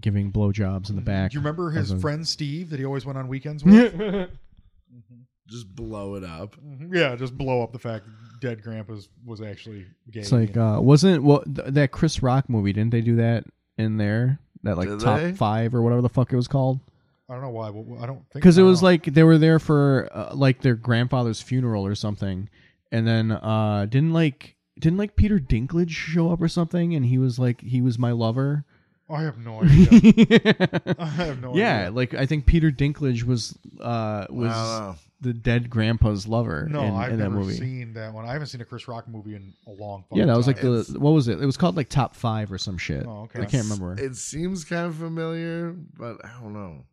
S3: giving blowjobs in the back.
S1: Do you remember his
S3: as a-
S1: friend Steve that he always went on weekends with?
S3: Mm-hmm.
S2: Just blow it up.
S1: Mm-hmm. yeah, just blow up the fact that dead grandpa's was actually gay.
S3: It's like, uh, wasn't well, th- that Chris Rock movie? Didn't they do that in there? That like
S2: Did
S3: top
S2: they?
S3: five or whatever the fuck it was called?
S1: I don't know why, but I don't think
S3: Because
S1: I
S3: it
S1: don't
S3: was
S1: know.
S3: like they were there for uh, like their grandfather's funeral or something, and then uh, didn't like didn't like Peter Dinklage show up or something, and he was like he was my lover.
S1: I have no idea. I have no
S3: yeah,
S1: idea.
S3: like I think Peter Dinklage was uh was
S2: I don't know.
S3: the dead grandpa's lover
S1: No,
S3: in,
S1: I've
S3: in that
S1: never
S3: movie.
S1: seen that one. I haven't seen a Chris Rock movie in a long. fucking
S3: yeah, that was like
S1: time.
S3: the what was it? It was called like top five or some shit.
S1: Oh, okay.
S3: I can't remember.
S2: It seems kind of familiar, but I don't know.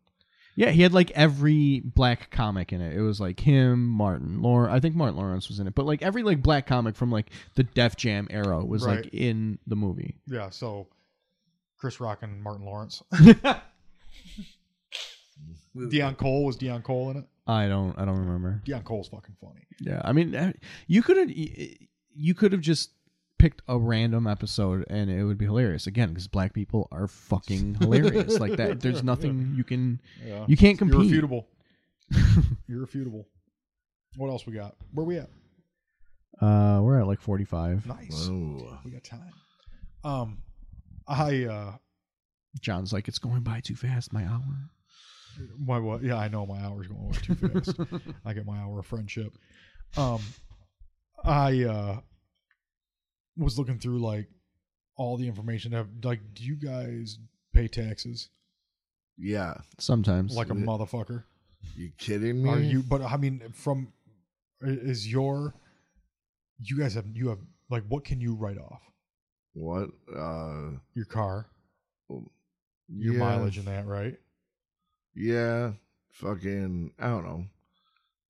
S3: yeah, he had like every black comic in it. It was like him, Martin Lawrence. I think Martin Lawrence was in it, but like every like black comic from like the Def Jam era was
S1: Right.
S3: like in the movie.
S1: yeah. So Chris Rock and Martin Lawrence.
S2: We-
S1: Deion Cole was Deion Cole in it.
S3: I don't. I don't remember.
S1: Deion Cole's fucking funny.
S3: Yeah, I mean, eh, you could have you could have just picked a random episode and it would be hilarious again because black people are fucking hilarious like that. There's nothing you can
S1: Yeah.
S3: you can't compete.
S1: Irrefutable. Irrefutable. What else we got? Where we at?
S3: Uh, we're at like 45.
S1: Nice.
S2: Whoa.
S1: We got time. Um, I uh,
S3: John's like, it's going by too fast. My hour.
S1: my what? Yeah, I know my hour's going way too fast. I get my hour of friendship. Um, I uh was looking through like all the information. Of, like, do you guys pay taxes
S2: Yeah.
S3: Sometimes.
S1: like a
S2: Yeah.
S1: motherfucker?
S2: You kidding me?
S1: Are you? But I mean, from is your you guys have you have like what can you write off?
S2: what? Uh,
S1: Your car, your
S2: yeah.
S1: mileage, and that, right?
S2: Yeah. Fucking. I don't know.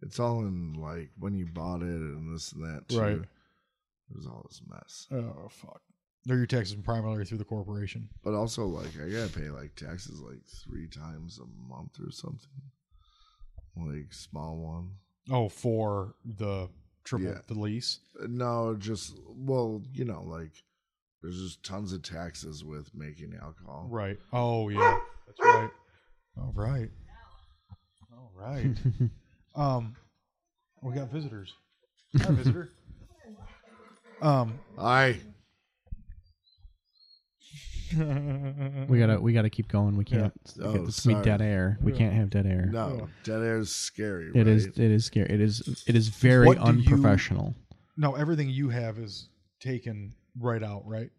S2: It's all in like when you bought it and this and that. Too.
S1: Right.
S2: It was all this mess.
S1: Oh fuck! They're your taxes primarily through the corporation.
S2: But also, like, I gotta pay like taxes like three times a month or something. Like small one.
S1: Oh, for the triple
S2: Yeah.
S1: the lease.
S2: No, just well, you know, like there's just tons of taxes with making alcohol.
S1: Right. Oh yeah. That's right. All right. All right. Um, we got visitors. Hi, visitor. Um,
S2: I
S3: we gotta we gotta keep going. We
S1: Mm. Yeah.
S3: can't.
S2: Oh,
S3: it's gonna
S2: sorry.
S3: be dead air. We
S1: Yeah.
S3: can't have dead air.
S2: no, dead air is scary.
S3: It is.
S2: right?
S3: It is scary. It is. It is very
S1: What do you-
S3: unprofessional.
S1: no, everything you have is taken right out, right?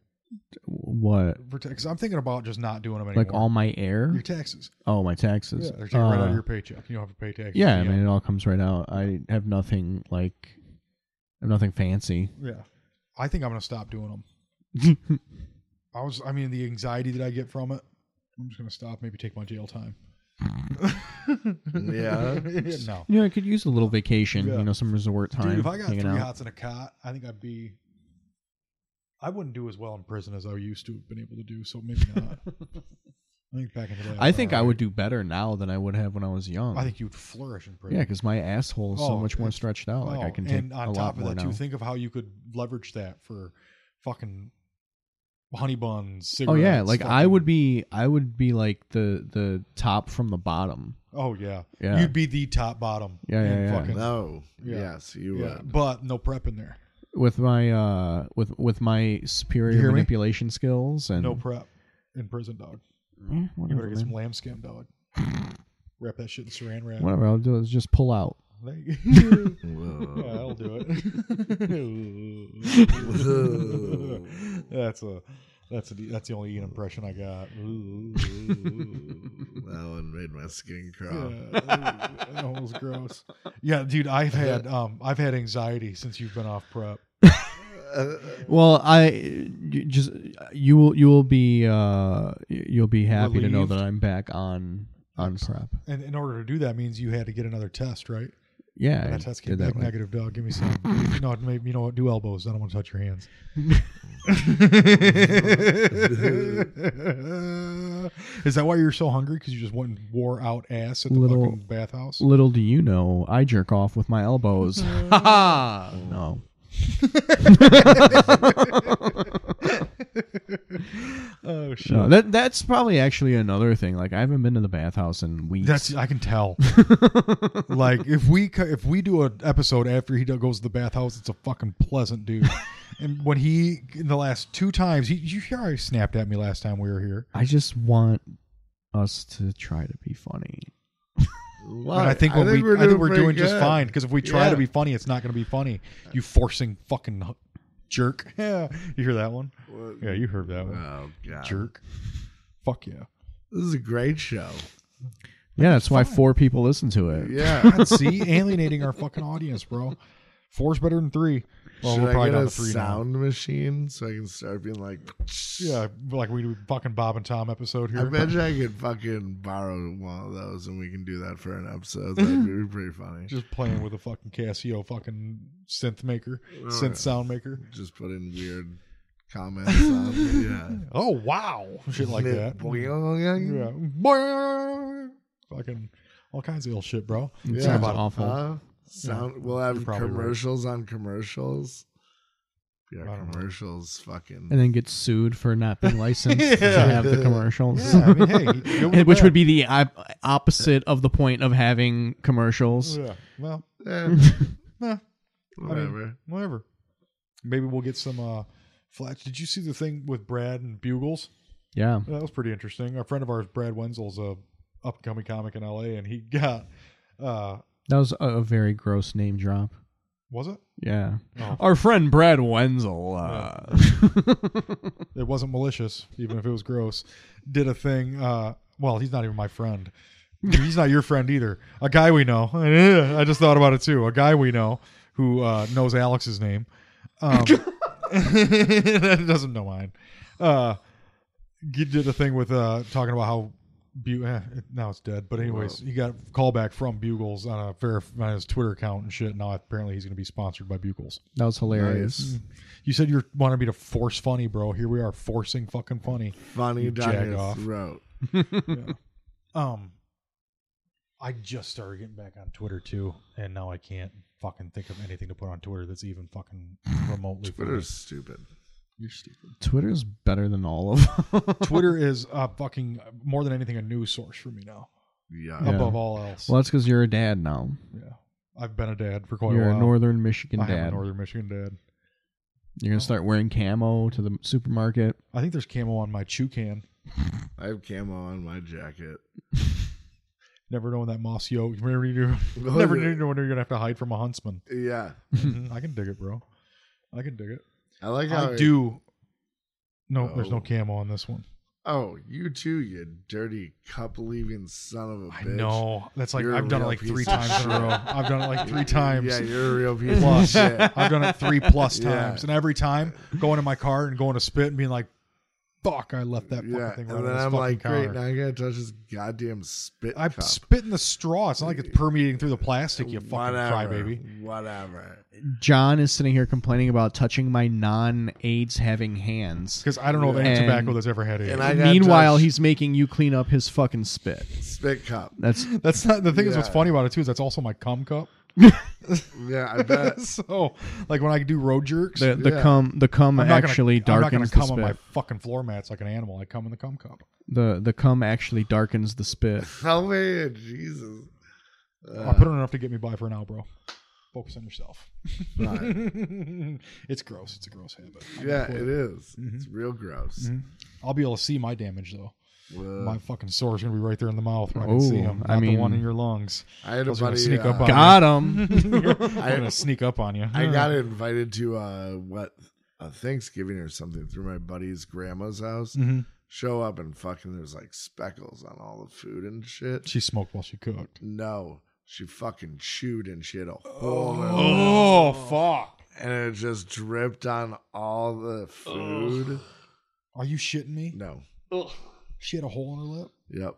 S3: What?
S1: Because I'm thinking about just not doing them anymore.
S3: Like all my air?
S1: your taxes.
S3: Oh, my
S1: Yeah,
S3: taxes.
S1: they're taken right out of
S3: Uh,
S1: your paycheck. You don't have to pay taxes.
S3: yeah, I mean, it all comes right out. I have nothing like, I have nothing fancy.
S1: Yeah. I think I'm gonna stop doing them. I was. I mean, the anxiety that I get from it. I'm just gonna stop. Maybe take my jail time.
S2: Yeah.
S1: no.
S3: You know, I could use a little vacation.
S1: Yeah.
S3: You know, some resort time.
S1: Dude, if I got three
S3: hanging out.
S1: hots in a cot, I think I'd be. I wouldn't do as well in prison as I used to have been able to do. So maybe not. I think back in the day,
S3: I think I
S1: alright.
S3: would do better now than I would have when I was young.
S1: I think you'd flourish in prison.
S3: yeah, because my asshole is
S1: Oh,
S3: so much more
S1: it's-
S3: stretched out. like I
S1: Oh,
S3: can take
S1: and on
S3: a
S1: top
S3: lot
S1: of
S3: more
S1: that
S3: now.
S1: too, think of how you could leverage that for fucking honey buns.
S3: oh
S1: Cigarettes,
S3: yeah, like I would
S1: fucking-
S3: be, I would be like the the top from the bottom.
S1: Oh yeah.
S3: Yeah.
S1: You'd be the top bottom.
S3: Yeah, yeah,
S1: in
S3: yeah.
S1: fucking-
S2: no.
S1: Yeah.
S2: Yes, you
S1: yeah,
S2: would.
S1: But no prep in there.
S3: with my uh with with my
S1: You
S3: superior
S1: hear me?
S3: manipulation skills and
S1: No prep in prison, dog.
S3: Eh,
S1: You better
S3: whatever,
S1: get some
S3: man.
S1: lamb skin, dog. wrap that shit in saran wrap.
S3: whatever I'll do is just pull out.
S1: Like- Yeah,
S2: Whoa.
S1: I'll do it. that's a that's a that's the only Ian impression I got.
S2: that one made my skin crawl.
S1: Yeah, that was gross. Yeah, dude, I've had um I've had anxiety since you've been off prep.
S3: Well, I you just you will you will be uh you'll be happy to know
S1: Relieved.
S3: that I'm back on on prep.
S1: And in order to do that means you had to get another test, right?
S3: Yeah,
S1: And
S3: I
S1: that test came
S3: did that
S1: back
S3: one.
S1: negative, dog. Give me some. no, maybe you know what? Do elbows. I don't want to touch your hands. Is that why you're so hungry? Because you just went and wore out ass at the
S3: Little- Oh,
S1: fucking bathhouse.
S3: Little do you know, I jerk off with my elbows. Ha ha! No.
S1: oh shit!
S3: No, that that's probably actually another thing. Like I haven't been to the bathhouse in weeks.
S1: That's I can tell. like if we co- if we do an episode after he do- goes to the bathhouse, it's a fucking pleasant dude. and when he in the last two times he you already snapped at me last time we were here.
S3: I just want us to try to be funny.
S2: Why?
S1: And I think when we, I think we're doing
S2: pretty
S1: just
S2: good.
S1: fine because if we try to
S2: Yeah.
S1: be funny, it's not going to be funny. You forcing fucking h- jerk. Yeah, you hear that one?
S2: Well,
S1: Yeah, you heard that one.
S2: Oh god,
S1: Jerk. Fuck yeah.
S2: this is a great show.
S3: Yeah, that's why four people listen to it.
S2: Yeah,
S1: God, see, alienating our fucking audience, bro. Four's better than three. Well,
S2: should
S1: we're
S2: I
S1: probably
S2: get
S1: down
S2: a
S1: to three now.
S2: sound machine so I can start being like?
S1: Yeah, like we do fucking Bob and Tom episode
S2: I
S1: here.
S2: bet you I could fucking borrow one of those and we can do that for an episode. That'd be pretty funny.
S1: Just playing with a
S2: Oh,
S1: fucking Casio fucking synth maker, synth sound maker.
S2: Just put in weird comments. on, yeah.
S1: Oh wow, shit like that.
S2: Yeah.
S1: Yeah, Boing. fucking all kinds of ill shit, bro.
S3: It
S2: Yeah.
S3: sounds awful.
S2: Huh? sound. We'll have
S1: You're probably right.
S2: commercials on commercials. Yeah,
S1: I don't know.
S2: commercials. Fucking. eh,
S3: and then get sued for not being licensed to
S1: Yeah.
S3: have the commercials.
S1: Yeah, I mean, hey, go with
S3: And- Which
S1: that.
S3: would be the op- opposite of the point of having commercials.
S1: Yeah. Well,
S2: Eh,
S1: eh,
S2: whatever.
S1: whatever. Maybe we'll get some uh flats. Did you see the thing with Brad and Bugles?
S3: Yeah.
S1: That was pretty interesting. A friend of ours, Brad Wenzel's a upcoming comic in LA, and he got uh
S3: That was a, a very gross name drop.
S1: was it?
S3: Yeah.
S1: Oh.
S3: Our friend Brad Wenzel. Uh,
S1: It wasn't malicious, even if it was gross. Did a thing. Uh, well, he's not even my friend. He's not your friend either. A guy we know. I just thought about it too. A guy we know who uh, knows Alex's name. Um, doesn't know mine. Uh, he did a thing with uh, talking about how Bu- eh, now it's dead. But anyways, he got a callback from Bugles on a fair on his Twitter account and shit. Now apparently he's going to be sponsored by Bugles.
S3: that was hilarious.
S2: Nice.
S1: You said you wanted me to force funny, bro. Here we are forcing fucking funny.
S2: Funny
S1: You
S2: down
S1: jag
S2: your
S1: off.
S2: throat.
S1: Um, I just started getting back on Twitter too, and now I can't fucking think of anything to put on Twitter that's even fucking remotely.
S2: Twitter's stupid. You're stupid.
S3: Twitter's better than all of them.
S1: funny. Twitter is uh, fucking more than anything a news source for me now.
S2: Yeah.
S3: Yeah.
S1: Above all else,
S3: well, that's because you're a dad now.
S1: yeah, I've been a dad for quite
S3: you're
S1: a
S3: a
S1: while.
S3: northern Michigan
S1: I am a
S3: dad.
S1: northern Michigan dad.
S3: you're going to start wearing camo to the supermarket.
S1: I think there's camo on my chew can.
S2: I have camo on my jacket.
S1: Never know when that moss yoke. Never knew.
S2: What
S1: Never
S2: is it?
S1: knew when you're gonna have to hide from a huntsman.
S2: Yeah.
S1: Mhm. I can dig it, bro. I can dig it.
S2: I like how
S1: I
S2: it-
S1: do. No, there's no
S2: Oh.
S1: camo on this one.
S2: Oh, you too, you dirty cup leaving son of a
S1: I
S2: bitch.
S1: know. That's like
S2: You're a
S1: I've done it
S2: real
S1: like
S2: piece
S1: three
S2: of
S1: times in a
S2: shit.
S1: row. I've done it like three
S2: Yeah,
S1: times.
S2: you're a real piece of
S1: Plus.
S2: shit.
S1: I've done it three plus
S2: Yeah.
S1: times, and every time going in my car and going to spit and being like, "Fuck, I left that fucking
S2: Yeah,
S1: thing."
S2: and
S1: Right on
S2: then
S1: this
S2: I'm
S1: fucking
S2: like,
S1: counter.
S2: great, now I gotta touch this goddamn spit
S1: I'm
S2: cup.
S1: spitting the straw. It's not like it's permeating through the plastic. You fucking crybaby.
S2: Whatever.
S3: John is sitting here complaining about touching my non AIDS having hands.
S1: Because I don't know of any
S3: And-
S1: tobacco that's ever had it.
S2: And I got
S3: Meanwhile,
S2: touched
S3: he's making you clean up his fucking spit.
S2: spit cup.
S3: That's
S1: That's not the thing. Is what's
S2: Yeah.
S1: funny about it too is that's also my cum cup.
S2: Yeah, I bet.
S1: so, like when I do road jerks,
S3: the the
S2: Yeah.
S3: cum the cum
S1: I'm not gonna-
S3: actually
S1: I'm not
S3: darkens
S1: gonna
S3: the
S1: come
S3: spit.
S1: on my fucking floor mats like an animal. I come in the cum cup.
S3: the the cum actually darkens the spit.
S2: Help me, Jesus.
S1: I
S2: Uh,
S1: put on enough to get me by for now, bro. Focus on yourself.
S2: Right.
S1: it's gross. It's a gross habit. I'm
S2: Yeah,
S1: gonna
S2: it
S1: quit.
S2: is. It's
S1: mm-hmm.
S2: real gross.
S1: I'll be able to see my damage though.
S2: Well,
S1: Mm-hmm. my fucking sore's gonna be right there in the mouth. Where I can see
S3: Oh,
S1: them. Not
S3: I
S1: the one
S3: mean-
S1: in your lungs.
S2: I had a
S1: Those are gonna
S2: buddy.
S1: sneak
S2: uh,
S1: up on
S3: Got him.
S1: I'm gonna sneak up on you.
S2: I got invited to uh what a Thanksgiving or something through my buddy's grandma's house.
S1: Mhm.
S2: Show up and fucking there's like speckles on all the food and shit.
S1: She smoked while she cooked.
S2: no, she fucking chewed and she had a hole in her mouth.
S1: Oh, fuck!
S2: and it just dripped on all the food.
S1: Are you shitting me?
S2: No.
S1: She had a hole in her lip.
S2: Yep.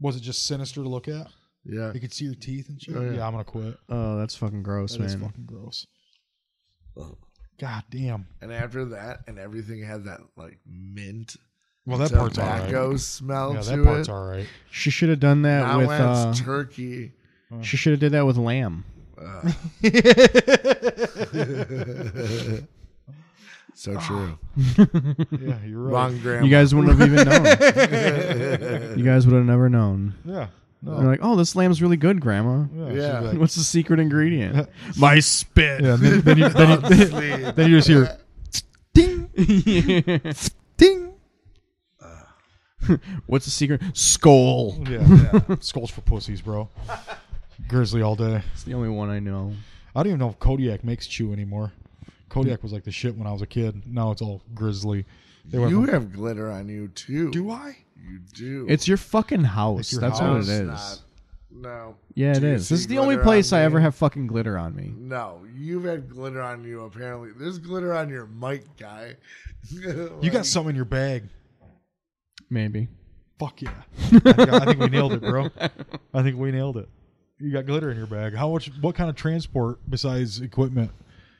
S1: Was it just sinister to look at?
S2: Yeah.
S1: You could see her teeth and shit.
S2: Oh, yeah.
S1: yeah. I'm gonna quit.
S3: oh, that's fucking gross,
S1: That is
S3: man.
S1: fucking gross. God damn.
S2: And after that, and everything had that like mint
S1: Well, that part's all right.
S2: tobacco smell
S1: Yeah,
S2: to
S1: that part's
S2: it.
S1: all right.
S3: She should have done that
S2: Now
S3: with.
S2: when
S3: Uh,
S2: it's turkey.
S3: she should have did that with lamb.
S2: Ugh. so true.
S1: Yeah, you're right.
S2: Wrong grandma.
S3: Ah, You guys wouldn't have even known. you guys would have never known.
S1: Yeah.
S3: They're like, oh, this lamb's really good, Grandma.
S1: Yeah.
S2: Yeah.
S1: she's like-
S3: What's the secret ingredient? my spit.
S1: Yeah, and then, then, you, then, you,
S2: Sleep.
S1: then you just hear ding, ding.
S3: What's the secret? Skull.
S1: Yeah, yeah. skulls for pussies, bro. Grizzly all day.
S3: It's the only one I know.
S1: I don't even know if Kodiak makes chew anymore. Kodiak was like the shit when I was a kid. Now it's all grizzly. They went
S2: You
S1: from-
S2: have glitter on you too.
S1: do I?
S2: You do.
S3: It's your fucking house.
S1: It's your
S3: That's
S1: house.
S3: what it is.
S2: No, it's not. No.
S3: Yeah, it
S2: Do you
S3: is. This
S2: see
S3: is the only
S2: glitter
S3: place
S2: on
S3: I
S2: me?
S3: ever have fucking glitter on me.
S2: No, you've had glitter on you apparently. There's glitter on your mic, guy.
S1: You got something in your bag.
S3: Maybe.
S1: Fuck yeah. I think, I think we nailed it, bro. I think we nailed it. You got glitter in your bag. How much? What kind of transport besides equipment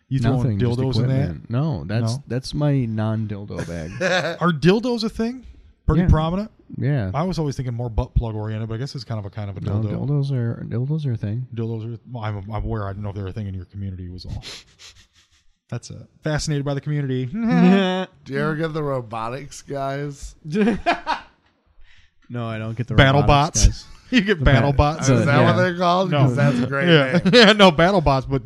S1: You throwing
S3: Nothing, just
S1: dildos in that?
S3: equipment. No, that's
S1: No?
S3: that's my non-dildo bag.
S1: Are dildos a thing? Pretty
S3: Yeah.
S1: prominent.
S3: yeah,
S1: I was always thinking more butt plug oriented, but I guess it's kind of a kind of a
S3: no,
S1: dildo.
S3: dildos are dildos are a thing.
S1: Dildos are. well, I'm, I'm aware. I didn't know if they're a thing in your community. Was all. That's it. Fascinated by the community.
S2: Do you ever give the robotics guys?
S3: No, I don't get the
S1: battle
S3: robotics,
S1: bots.
S3: guys.
S1: you get battle bots.
S2: Is that
S3: yeah.
S2: what they're called?
S1: No.
S2: Because that's a great
S1: yeah,
S2: name.
S1: yeah, no battle bots, but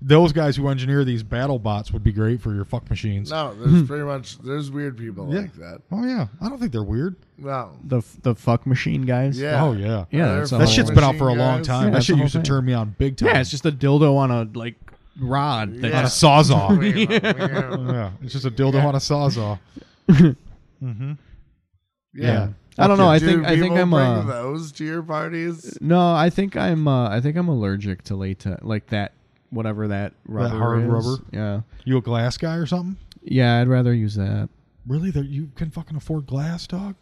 S1: those guys who engineer these battle bots would be great for your fuck machines.
S2: No, there's pretty much there's weird people
S1: Yeah.
S2: like that.
S1: Oh yeah, I don't think they're weird.
S2: No.
S3: The the fuck machine guys.
S2: Yeah.
S1: Oh yeah,
S3: Oh, Yeah,
S2: They're
S3: that's a
S2: fucking
S1: That
S3: whole-
S1: shit's been out for a
S2: machine
S1: long
S2: guys.
S1: time.
S3: Yeah,
S1: that
S3: that's
S1: shit
S3: the whole
S1: used
S3: thing.
S1: to turn me on big time.
S3: yeah. It's just a dildo on a like rod.
S1: on
S3: That
S1: a
S2: Yeah.
S1: sawzall.
S2: yeah.
S1: yeah, it's just a dildo on a sawzall. Mm-hmm. Yeah.
S3: I don't know. I
S2: Do
S3: think I think
S2: people
S3: I'm
S2: bring
S3: uh,
S2: those to your parties.
S3: no. I think I'm uh, I think I'm allergic to latex, like that whatever that rubber
S1: hard
S3: is.
S1: rubber?
S3: Yeah,
S1: You a glass guy or something?
S3: yeah. I'd rather use that.
S1: Really? There, you can fucking afford glass, dog?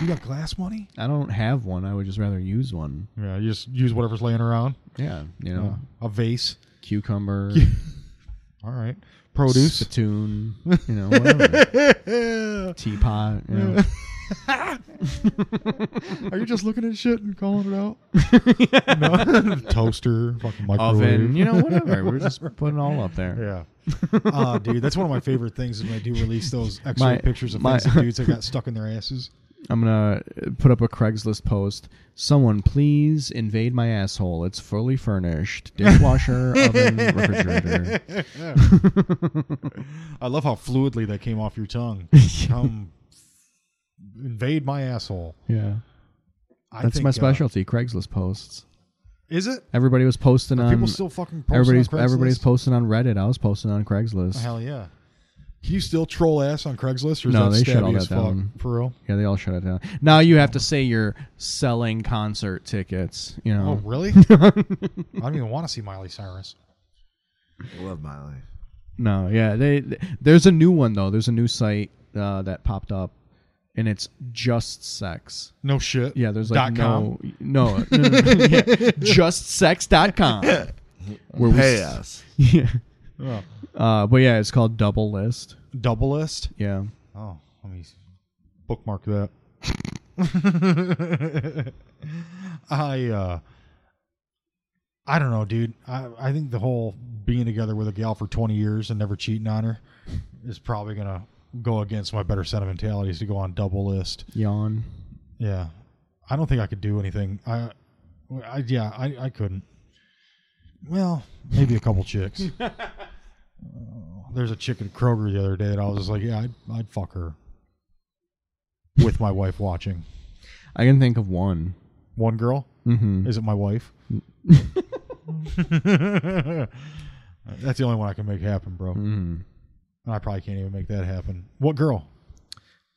S1: You got glass money?
S3: I don't have one. I would just rather use one.
S1: Yeah, you just use whatever's laying around.
S3: Yeah, you know,
S1: A vase.
S3: cucumber,
S1: All right. Produce.
S3: spittoon, you know, whatever. teapot. You know.
S1: Are you just looking at shit and calling it out? no. Toaster, fucking microwave.
S3: oven, you know, whatever. We're just putting it all up there.
S1: Yeah. Ah, dude, that's one of my favorite things is when I do release those X-ray
S3: My-
S1: pictures of
S3: my-
S1: things that dudes that got stuck in their asses.
S3: I'm gonna uh, put up a Craigslist post. Someone please invade my asshole. It's fully furnished. Dishwasher, oven, refrigerator.
S1: I love how fluidly that came off your tongue. Come invade my asshole.
S3: Yeah.
S1: I
S3: That's
S1: think,
S3: my
S1: uh,
S3: specialty, Craigslist posts.
S1: is it?
S3: Everybody was posting
S1: Are
S3: on
S1: people still fucking posting
S3: Um, everybody's
S1: on Craigslist? Oh,
S3: everybody's posting on Reddit. I was posting on Craigslist.
S1: Hell yeah. Do you still troll ass on Craigslist or is that
S3: No, they
S1: stabby
S3: shut all
S1: as
S3: that
S1: fuck?
S3: down.
S1: For real?
S3: Yeah, they all shut it down. Now you have to say you're selling concert tickets, you
S1: Oh,
S3: know.
S1: really? I don't even want to see Miley Cyrus.
S2: I love Miley.
S3: No, yeah, they, th- There's a new one though. There's a new site uh, that popped up, and it's just sex.
S1: No shit.
S3: Yeah, there's
S1: Dot
S3: like
S1: com.
S3: no, no, no, no, no, yeah, justsex.com. Where
S2: Pay
S3: s-
S2: us.
S3: yeah.
S1: Oh.
S3: Uh, but yeah, it's called Double List.
S1: Double list.
S3: Yeah.
S1: Oh, let me bookmark that. I uh I don't know, dude. I I think the whole being together with a gal for 20 years and never cheating on her is probably going to go against my better sentimentalities to go on double list.
S3: Yawn.
S1: Yeah. I don't think I could do anything. I I yeah, I I couldn't. Well, maybe a couple chicks. Uh, There's a chick at Kroger the other day that I was just like, yeah, I'd, I'd fuck her with my wife watching.
S3: I can think of one.
S1: One girl?
S3: Mm-hmm.
S1: Is it my wife? That's the only one I can make happen, bro.
S3: Mm-hmm.
S1: And I probably can't even make that happen. What girl?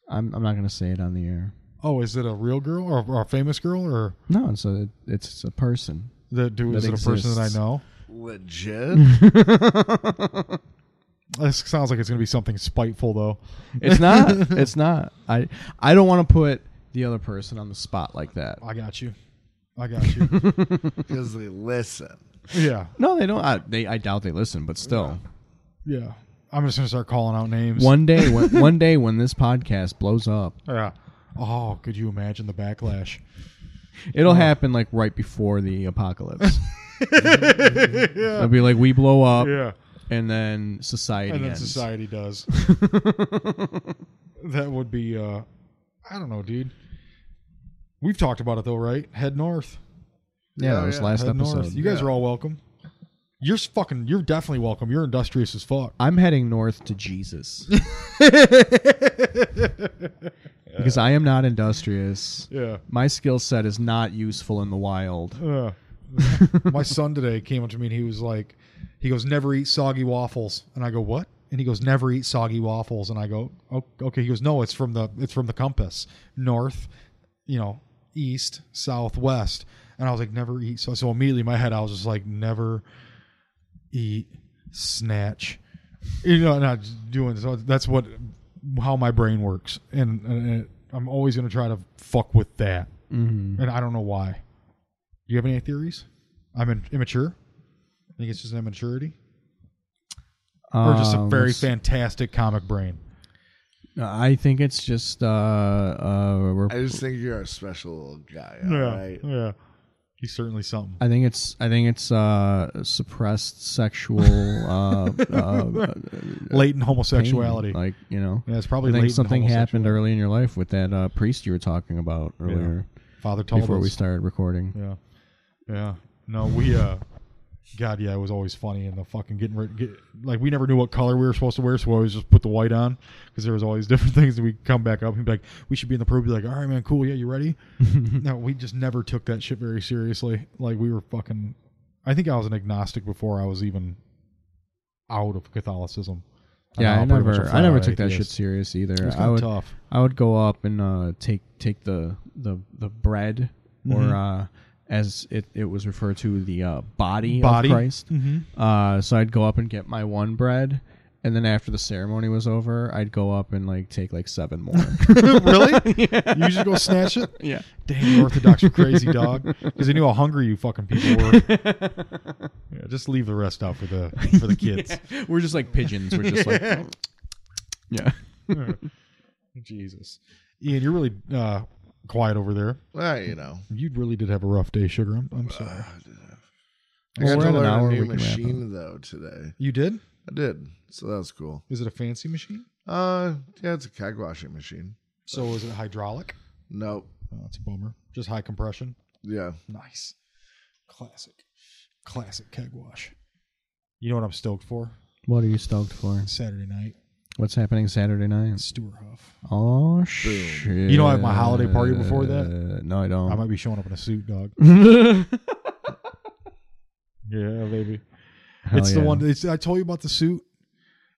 S3: I'm I'm not gonna say it on the air.
S1: Oh, is it a real girl or, or a famous girl or
S3: No, it's a it's a person.
S1: the, do,
S3: That
S1: is it a person that I
S3: exists.
S1: know?
S2: Legit.
S1: This sounds like it's going to be something spiteful, though.
S3: It's not. it's not. I I don't want to put the other person on the spot like that.
S1: I got you. I got you.
S2: Because they listen.
S1: yeah.
S3: No, they don't. I, they I doubt they listen, but still.
S1: Yeah. I'm just going to start calling out names.
S3: One day, when, one day when this podcast blows up,
S1: Yeah. Oh, could you imagine the backlash?
S3: it'll happen like right before the apocalypse. It'll be like we blow up, and then society
S1: And then
S3: ends.
S1: society does. that would be, uh, I don't know, dude. We've talked about it, though, right? Head north.
S3: Yeah,
S2: Yeah,
S3: that was
S2: yeah,
S3: last
S1: Head
S3: episode.
S1: north. You guys
S2: Yeah.
S1: are all welcome. You're s- fucking, you're definitely welcome. You're industrious as fuck.
S3: I'm heading north to Jesus. because I am not industrious.
S1: Yeah.
S3: My skill set is not useful in the wild.
S1: Uh, my son today came up to me and he was like, he goes, never eat soggy waffles. And I go, what? And he goes, never eat soggy waffles. And I go, "O- okay. He goes, no, it's from the, it's from the compass. North, you know, east, south, west. And I was like, never eat. So, so immediately in my head, I was just like, never eat snatch. You know, not doing so. That's what, how my brain works. And, and it, I'm always going to try to fuck with that.
S3: Mm-hmm.
S1: And I don't know why. Do you have any theories? I'm in, immature. I think it's just an immaturity. or just a
S3: Um,
S1: very
S3: let's-
S1: fantastic comic brain.
S3: I think it's just uh, uh, we're,
S2: I just think you're a special little guy. all
S1: Yeah,
S2: right?
S1: yeah. He's certainly something.
S3: I think it's I think it's uh, suppressed sexual uh, uh,
S1: Latent homosexuality.
S3: pain, like you know,
S1: yeah, it's probably
S3: I think
S1: latent
S3: something
S1: homosexuality.
S3: happened early in your life with that uh, priest you were talking about earlier
S1: Father told
S3: before
S1: us.
S3: we started recording.
S1: Yeah, yeah. No, we. uh God, yeah, it was always funny and the fucking getting rid. Get, like we never knew what color we were supposed to wear, so we always just put the white on because there was always different things. And we come back up and be like, "We should be in the proof." Be like, "All right, man, cool. Yeah, you ready?" no, we just never took that shit very seriously. Like we were fucking. I think I was an agnostic before I was even out of Catholicism.
S3: Yeah,
S1: I'm
S3: I
S1: now pretty much a
S3: never I never
S1: flat-out
S3: took that shit
S1: atheist.
S3: serious either.
S1: It's
S3: I
S1: kind of
S3: would
S1: tough.
S3: I would go up and uh, take take the the the bread
S1: Mm-hmm.
S3: or uh, as it, it was referred to the uh, body,
S1: Body.
S3: of Christ.
S1: Mhm.
S3: Uh, so I'd go up and get my one bread, and then after the ceremony was over, I'd go up and like take like seven more.
S1: really? You just go snatch it?
S3: yeah.
S1: Damn, the Orthodox are crazy, dog. Because they knew how hungry you fucking people were. Yeah, just leave the rest out for the for the kids.
S3: We're just like pigeons. We're just like yeah.
S1: Jesus, Ian, you're really uh, quiet over there.
S2: Well, you know.
S1: You really did have a rough day, sugar. I'm, I'm sorry.
S2: Uh, I
S3: Well,
S2: got to
S3: we're at an
S2: learn
S3: hour,
S2: a
S3: we
S2: new
S3: can wrap
S2: machine though today.
S1: You did?
S2: I did, so that was cool.
S1: Is it a fancy machine?
S2: Uh, yeah, it's a keg washing machine.
S1: So is it hydraulic?
S2: Nope.
S1: Oh, that's a bummer. Just high compression.
S2: Yeah.
S1: Nice, classic, classic keg wash. You know what I'm stoked for?
S3: What are you stoked for?
S1: Saturday night,
S3: What's happening Saturday night?
S1: Stuart Huff.
S3: Oh shit! Uh,
S1: You don't have my holiday party before that?
S3: No, I
S2: Oh.
S3: don't.
S1: I might be showing up in a suit, dog. yeah, baby.
S3: Hell
S1: it's
S3: yeah.
S1: the one. It's, I told you about the suit.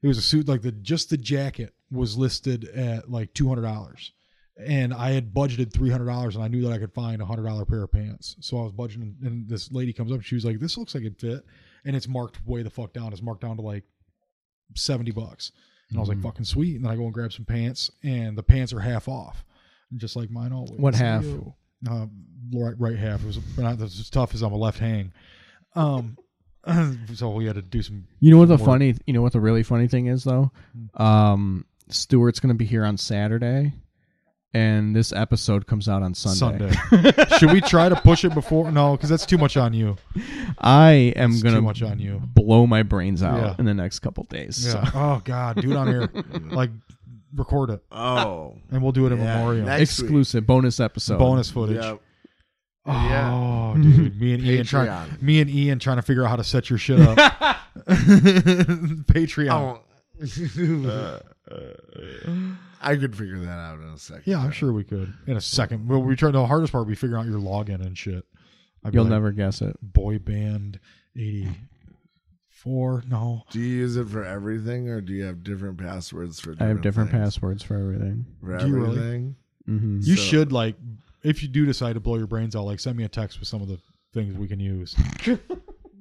S1: It was a suit like the just the jacket was listed at like two hundred dollars, and I had budgeted three hundred dollars, and I knew that I could find a hundred dollar pair of pants. So I was budgeting, and this lady comes up, she was like, "This looks like it fit," and it's marked way the fuck down. It's marked down to like seventy bucks, and I was like,
S3: Mhm.
S1: "Fucking sweet!" And then I go and grab some pants, and the pants are half off, just like mine always.
S3: What half?
S1: Yo. Uh, right, right half. It was not as tough as I'm a left hang. Um, so we had to do some
S3: You know what the
S1: Work.
S3: funny, you know what the really funny thing is though.
S1: Hmm.
S3: Um, Stuart's gonna be here on Saturday, and this episode comes out on Sunday.
S1: Sunday. Should we try to push it before? No, because that's too much on you.
S3: I am
S1: It's
S3: gonna
S1: too much on you.
S3: blow my brains out
S1: Yeah.
S3: in the next couple days.
S1: Yeah.
S3: so.
S1: Oh God, do it on air. like, record it,
S2: Oh.
S1: and we'll do it in
S2: Yeah,
S1: memoriam.
S2: that- Next week.
S3: exclusive bonus episode.
S1: Bonus footage.
S2: Yeah.
S1: Oh,
S2: Yeah.
S1: dude, me and Ian trying,
S2: Patreon.
S1: me and Ian trying to figure out how to set your shit up. Patreon.
S2: Oh. I could figure that out in a second.
S1: Yeah, I'm sure we could in a second. But we tried. The hardest part would be figuring out your login and shit. I'd be
S3: You'll
S1: like,
S3: never guess it.
S1: boy band eighty four. No,
S2: Do you use it for everything, or do you have different passwords for? Different
S3: I have different
S2: things?
S3: passwords for everything.
S2: for
S1: Do you really?
S2: everything.
S3: hmm
S1: You
S2: So-
S1: should like if you do decide to blow your brains out, like send me a text with some of the things we can use
S2: Yeah,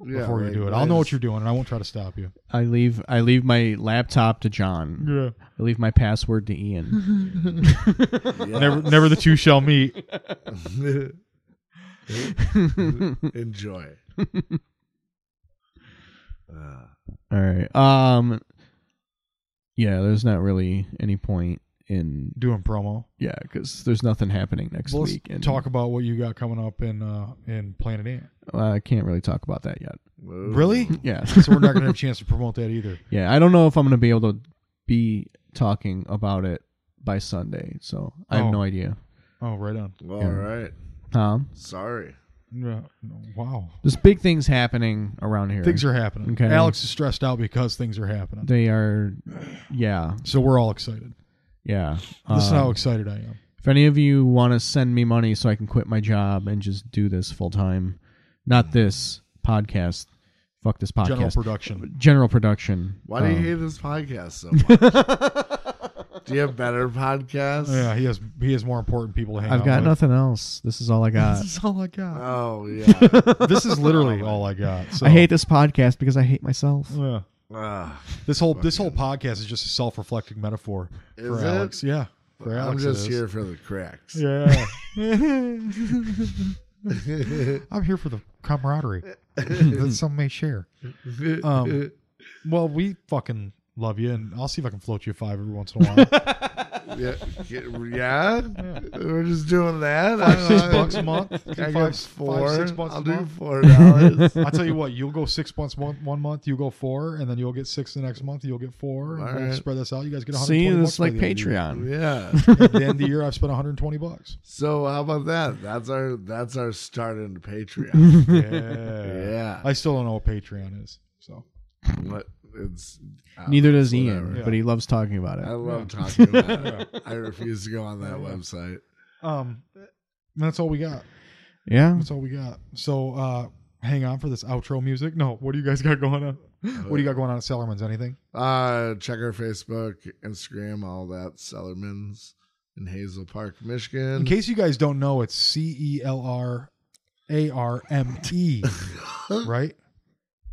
S1: before
S2: like,
S1: you do it.
S2: I
S1: I'll know what
S2: just-
S1: you're doing and I won't try to stop you.
S3: I leave. I leave my laptop to John.
S1: Yeah.
S3: I leave my password to Ian.
S2: Yeah.
S1: Never never the two shall meet.
S2: Enjoy. Uh,
S3: All right. Um. Yeah, there's not really any point in
S1: Doing promo.
S3: yeah, because there's nothing happening next
S1: Well, let's
S3: week, and
S1: talk about what you got coming up in uh in Planet Ant.
S3: uh, I can't really talk about that yet.
S2: whoa.
S1: Really?
S3: Yeah,
S1: So we're not gonna have a chance to promote that either.
S3: yeah. I don't know if I'm gonna be able to be talking about it by Sunday, so I have
S1: Oh.
S3: no idea.
S1: Oh, right on.
S2: Well,
S3: Yeah.
S2: All right.
S3: Um,
S2: Sorry.
S1: Yeah. Wow.
S3: there's big things happening around here.
S1: Things are happening.
S3: Okay.
S1: Alex is stressed out because things are happening.
S3: they are, yeah,
S1: So we're all excited.
S3: yeah.
S1: This is
S3: Um,
S1: how excited I am.
S3: If any of you want to send me money so I can quit my job and just do this full time, not this podcast. Fuck this podcast.
S1: General production.
S3: General production.
S2: Why do
S3: Um,
S1: Uh,
S2: you hate this podcast so much? do you have better podcasts?
S1: Yeah, he has he has more important people to hang
S3: I've
S1: out
S3: got
S1: with.
S3: nothing else. This is all I got.
S1: This is all I got.
S2: Oh yeah.
S1: this is literally all I got. So
S3: I hate this podcast because I hate myself.
S1: Yeah.
S2: Ah,
S1: This whole this whole podcast is just a self reflecting metaphor for
S2: Is it?
S1: Alex. Yeah, for
S2: I'm
S1: Alex. it
S2: just
S1: is.
S2: here for the cracks.
S1: Yeah, I'm here for the camaraderie that some may share. Um, Well, we fucking love you, and I'll see if I can float you a five every once in a while.
S2: Yeah, yeah, we're just doing that. I
S1: Five,
S2: don't
S1: six
S2: know.
S1: bucks a month.
S2: I got
S1: Five- five,
S2: four.
S1: six bucks
S2: I'll
S1: a
S2: do
S1: month.
S2: four dollars.
S1: I tell you what, you'll go six months one, one month, you go four, and then you'll get six the next month, you'll get four.
S2: All
S1: and we'll
S2: right.
S1: spread this out. You guys get 120
S3: See,
S1: bucks.
S3: it's
S1: by
S3: like
S1: the end of the year.
S3: Patreon.
S2: yeah.
S1: At the end of the year, I've spent 120 bucks.
S2: So how about that? That's our that's our start into Patreon.
S1: Yeah.
S2: yeah.
S1: I still don't know what Patreon is. So
S2: What- it's uh,
S3: Neither does Ian,
S2: whatever.
S1: Yeah.
S3: but he loves talking about
S2: I
S3: it.
S2: love talking about it. I refuse to go on that website.
S1: um that's all we got.
S3: Yeah.
S1: That's all we got. So uh hang on for this outro music. No, what do you guys got going on? What do you got going on at Sellerman's? Anything?
S2: Uh, check our Facebook, Instagram, all that. Sellerman's in Hazel Park, Michigan.
S1: In case you guys don't know, it's C E L R A R M E, right?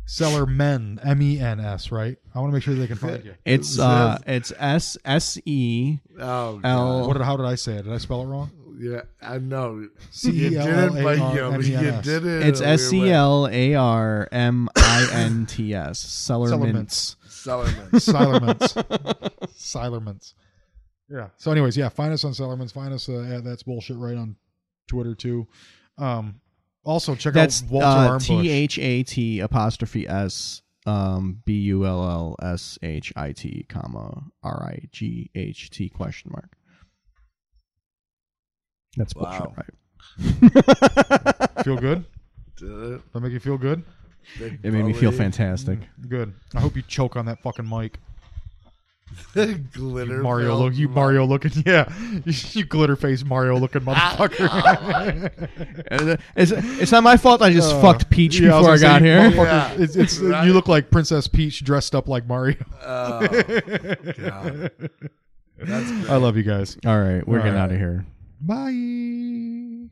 S1: Sellermen, M E N S, right? I want to make sure they can find you.
S3: It's uh it's S S E
S2: Oh, God.
S3: L
S1: What did, how did I say it? Did I spell it wrong? E
S2: yeah, I know. You did it, but you, but you
S1: C-E-L-L-A-R-M-E-N-S.
S2: did it.
S3: It's
S2: in a weird
S3: E S E L A R M I N T S. Sellermints.
S2: way. Sellerman's.
S1: Silerments. Silerments. Yeah. So, anyways, yeah, find us on Silerments. Find us uh, at That's Bullshit Right on Twitter, too. Um, also, check
S3: That's
S1: out
S3: uh,
S1: Walter
S3: T
S1: Armbush.
S3: H A T apostrophe S um B U L L S H I T comma R I G H T question mark. That's bullshit,
S2: Wow.
S3: right?
S1: Feel good?
S2: Did it.
S1: That make you feel good?
S2: Big
S3: it made me feel
S2: belly.
S3: fantastic.
S1: Good. I hope you choke on that fucking mic.
S2: glitter.
S1: Mario
S2: filled
S1: look you
S2: mu-
S1: Mario looking yeah. You, glitter face Mario looking
S2: Ah.
S1: motherfucker.
S3: Uh, It's, it's not my fault. I just
S1: Uh,
S3: fucked Peach
S1: yeah, I was
S3: before
S1: gonna
S3: I, got
S1: say,
S3: here.
S1: motherfucker,
S2: Yeah.
S1: It's, it's,
S2: Right.
S1: You look like Princess Peach dressed up like Mario.
S2: Oh, God. That's
S1: I love you guys.
S3: All right, we're
S1: All
S3: getting
S1: right.
S3: out of here.
S1: Bye.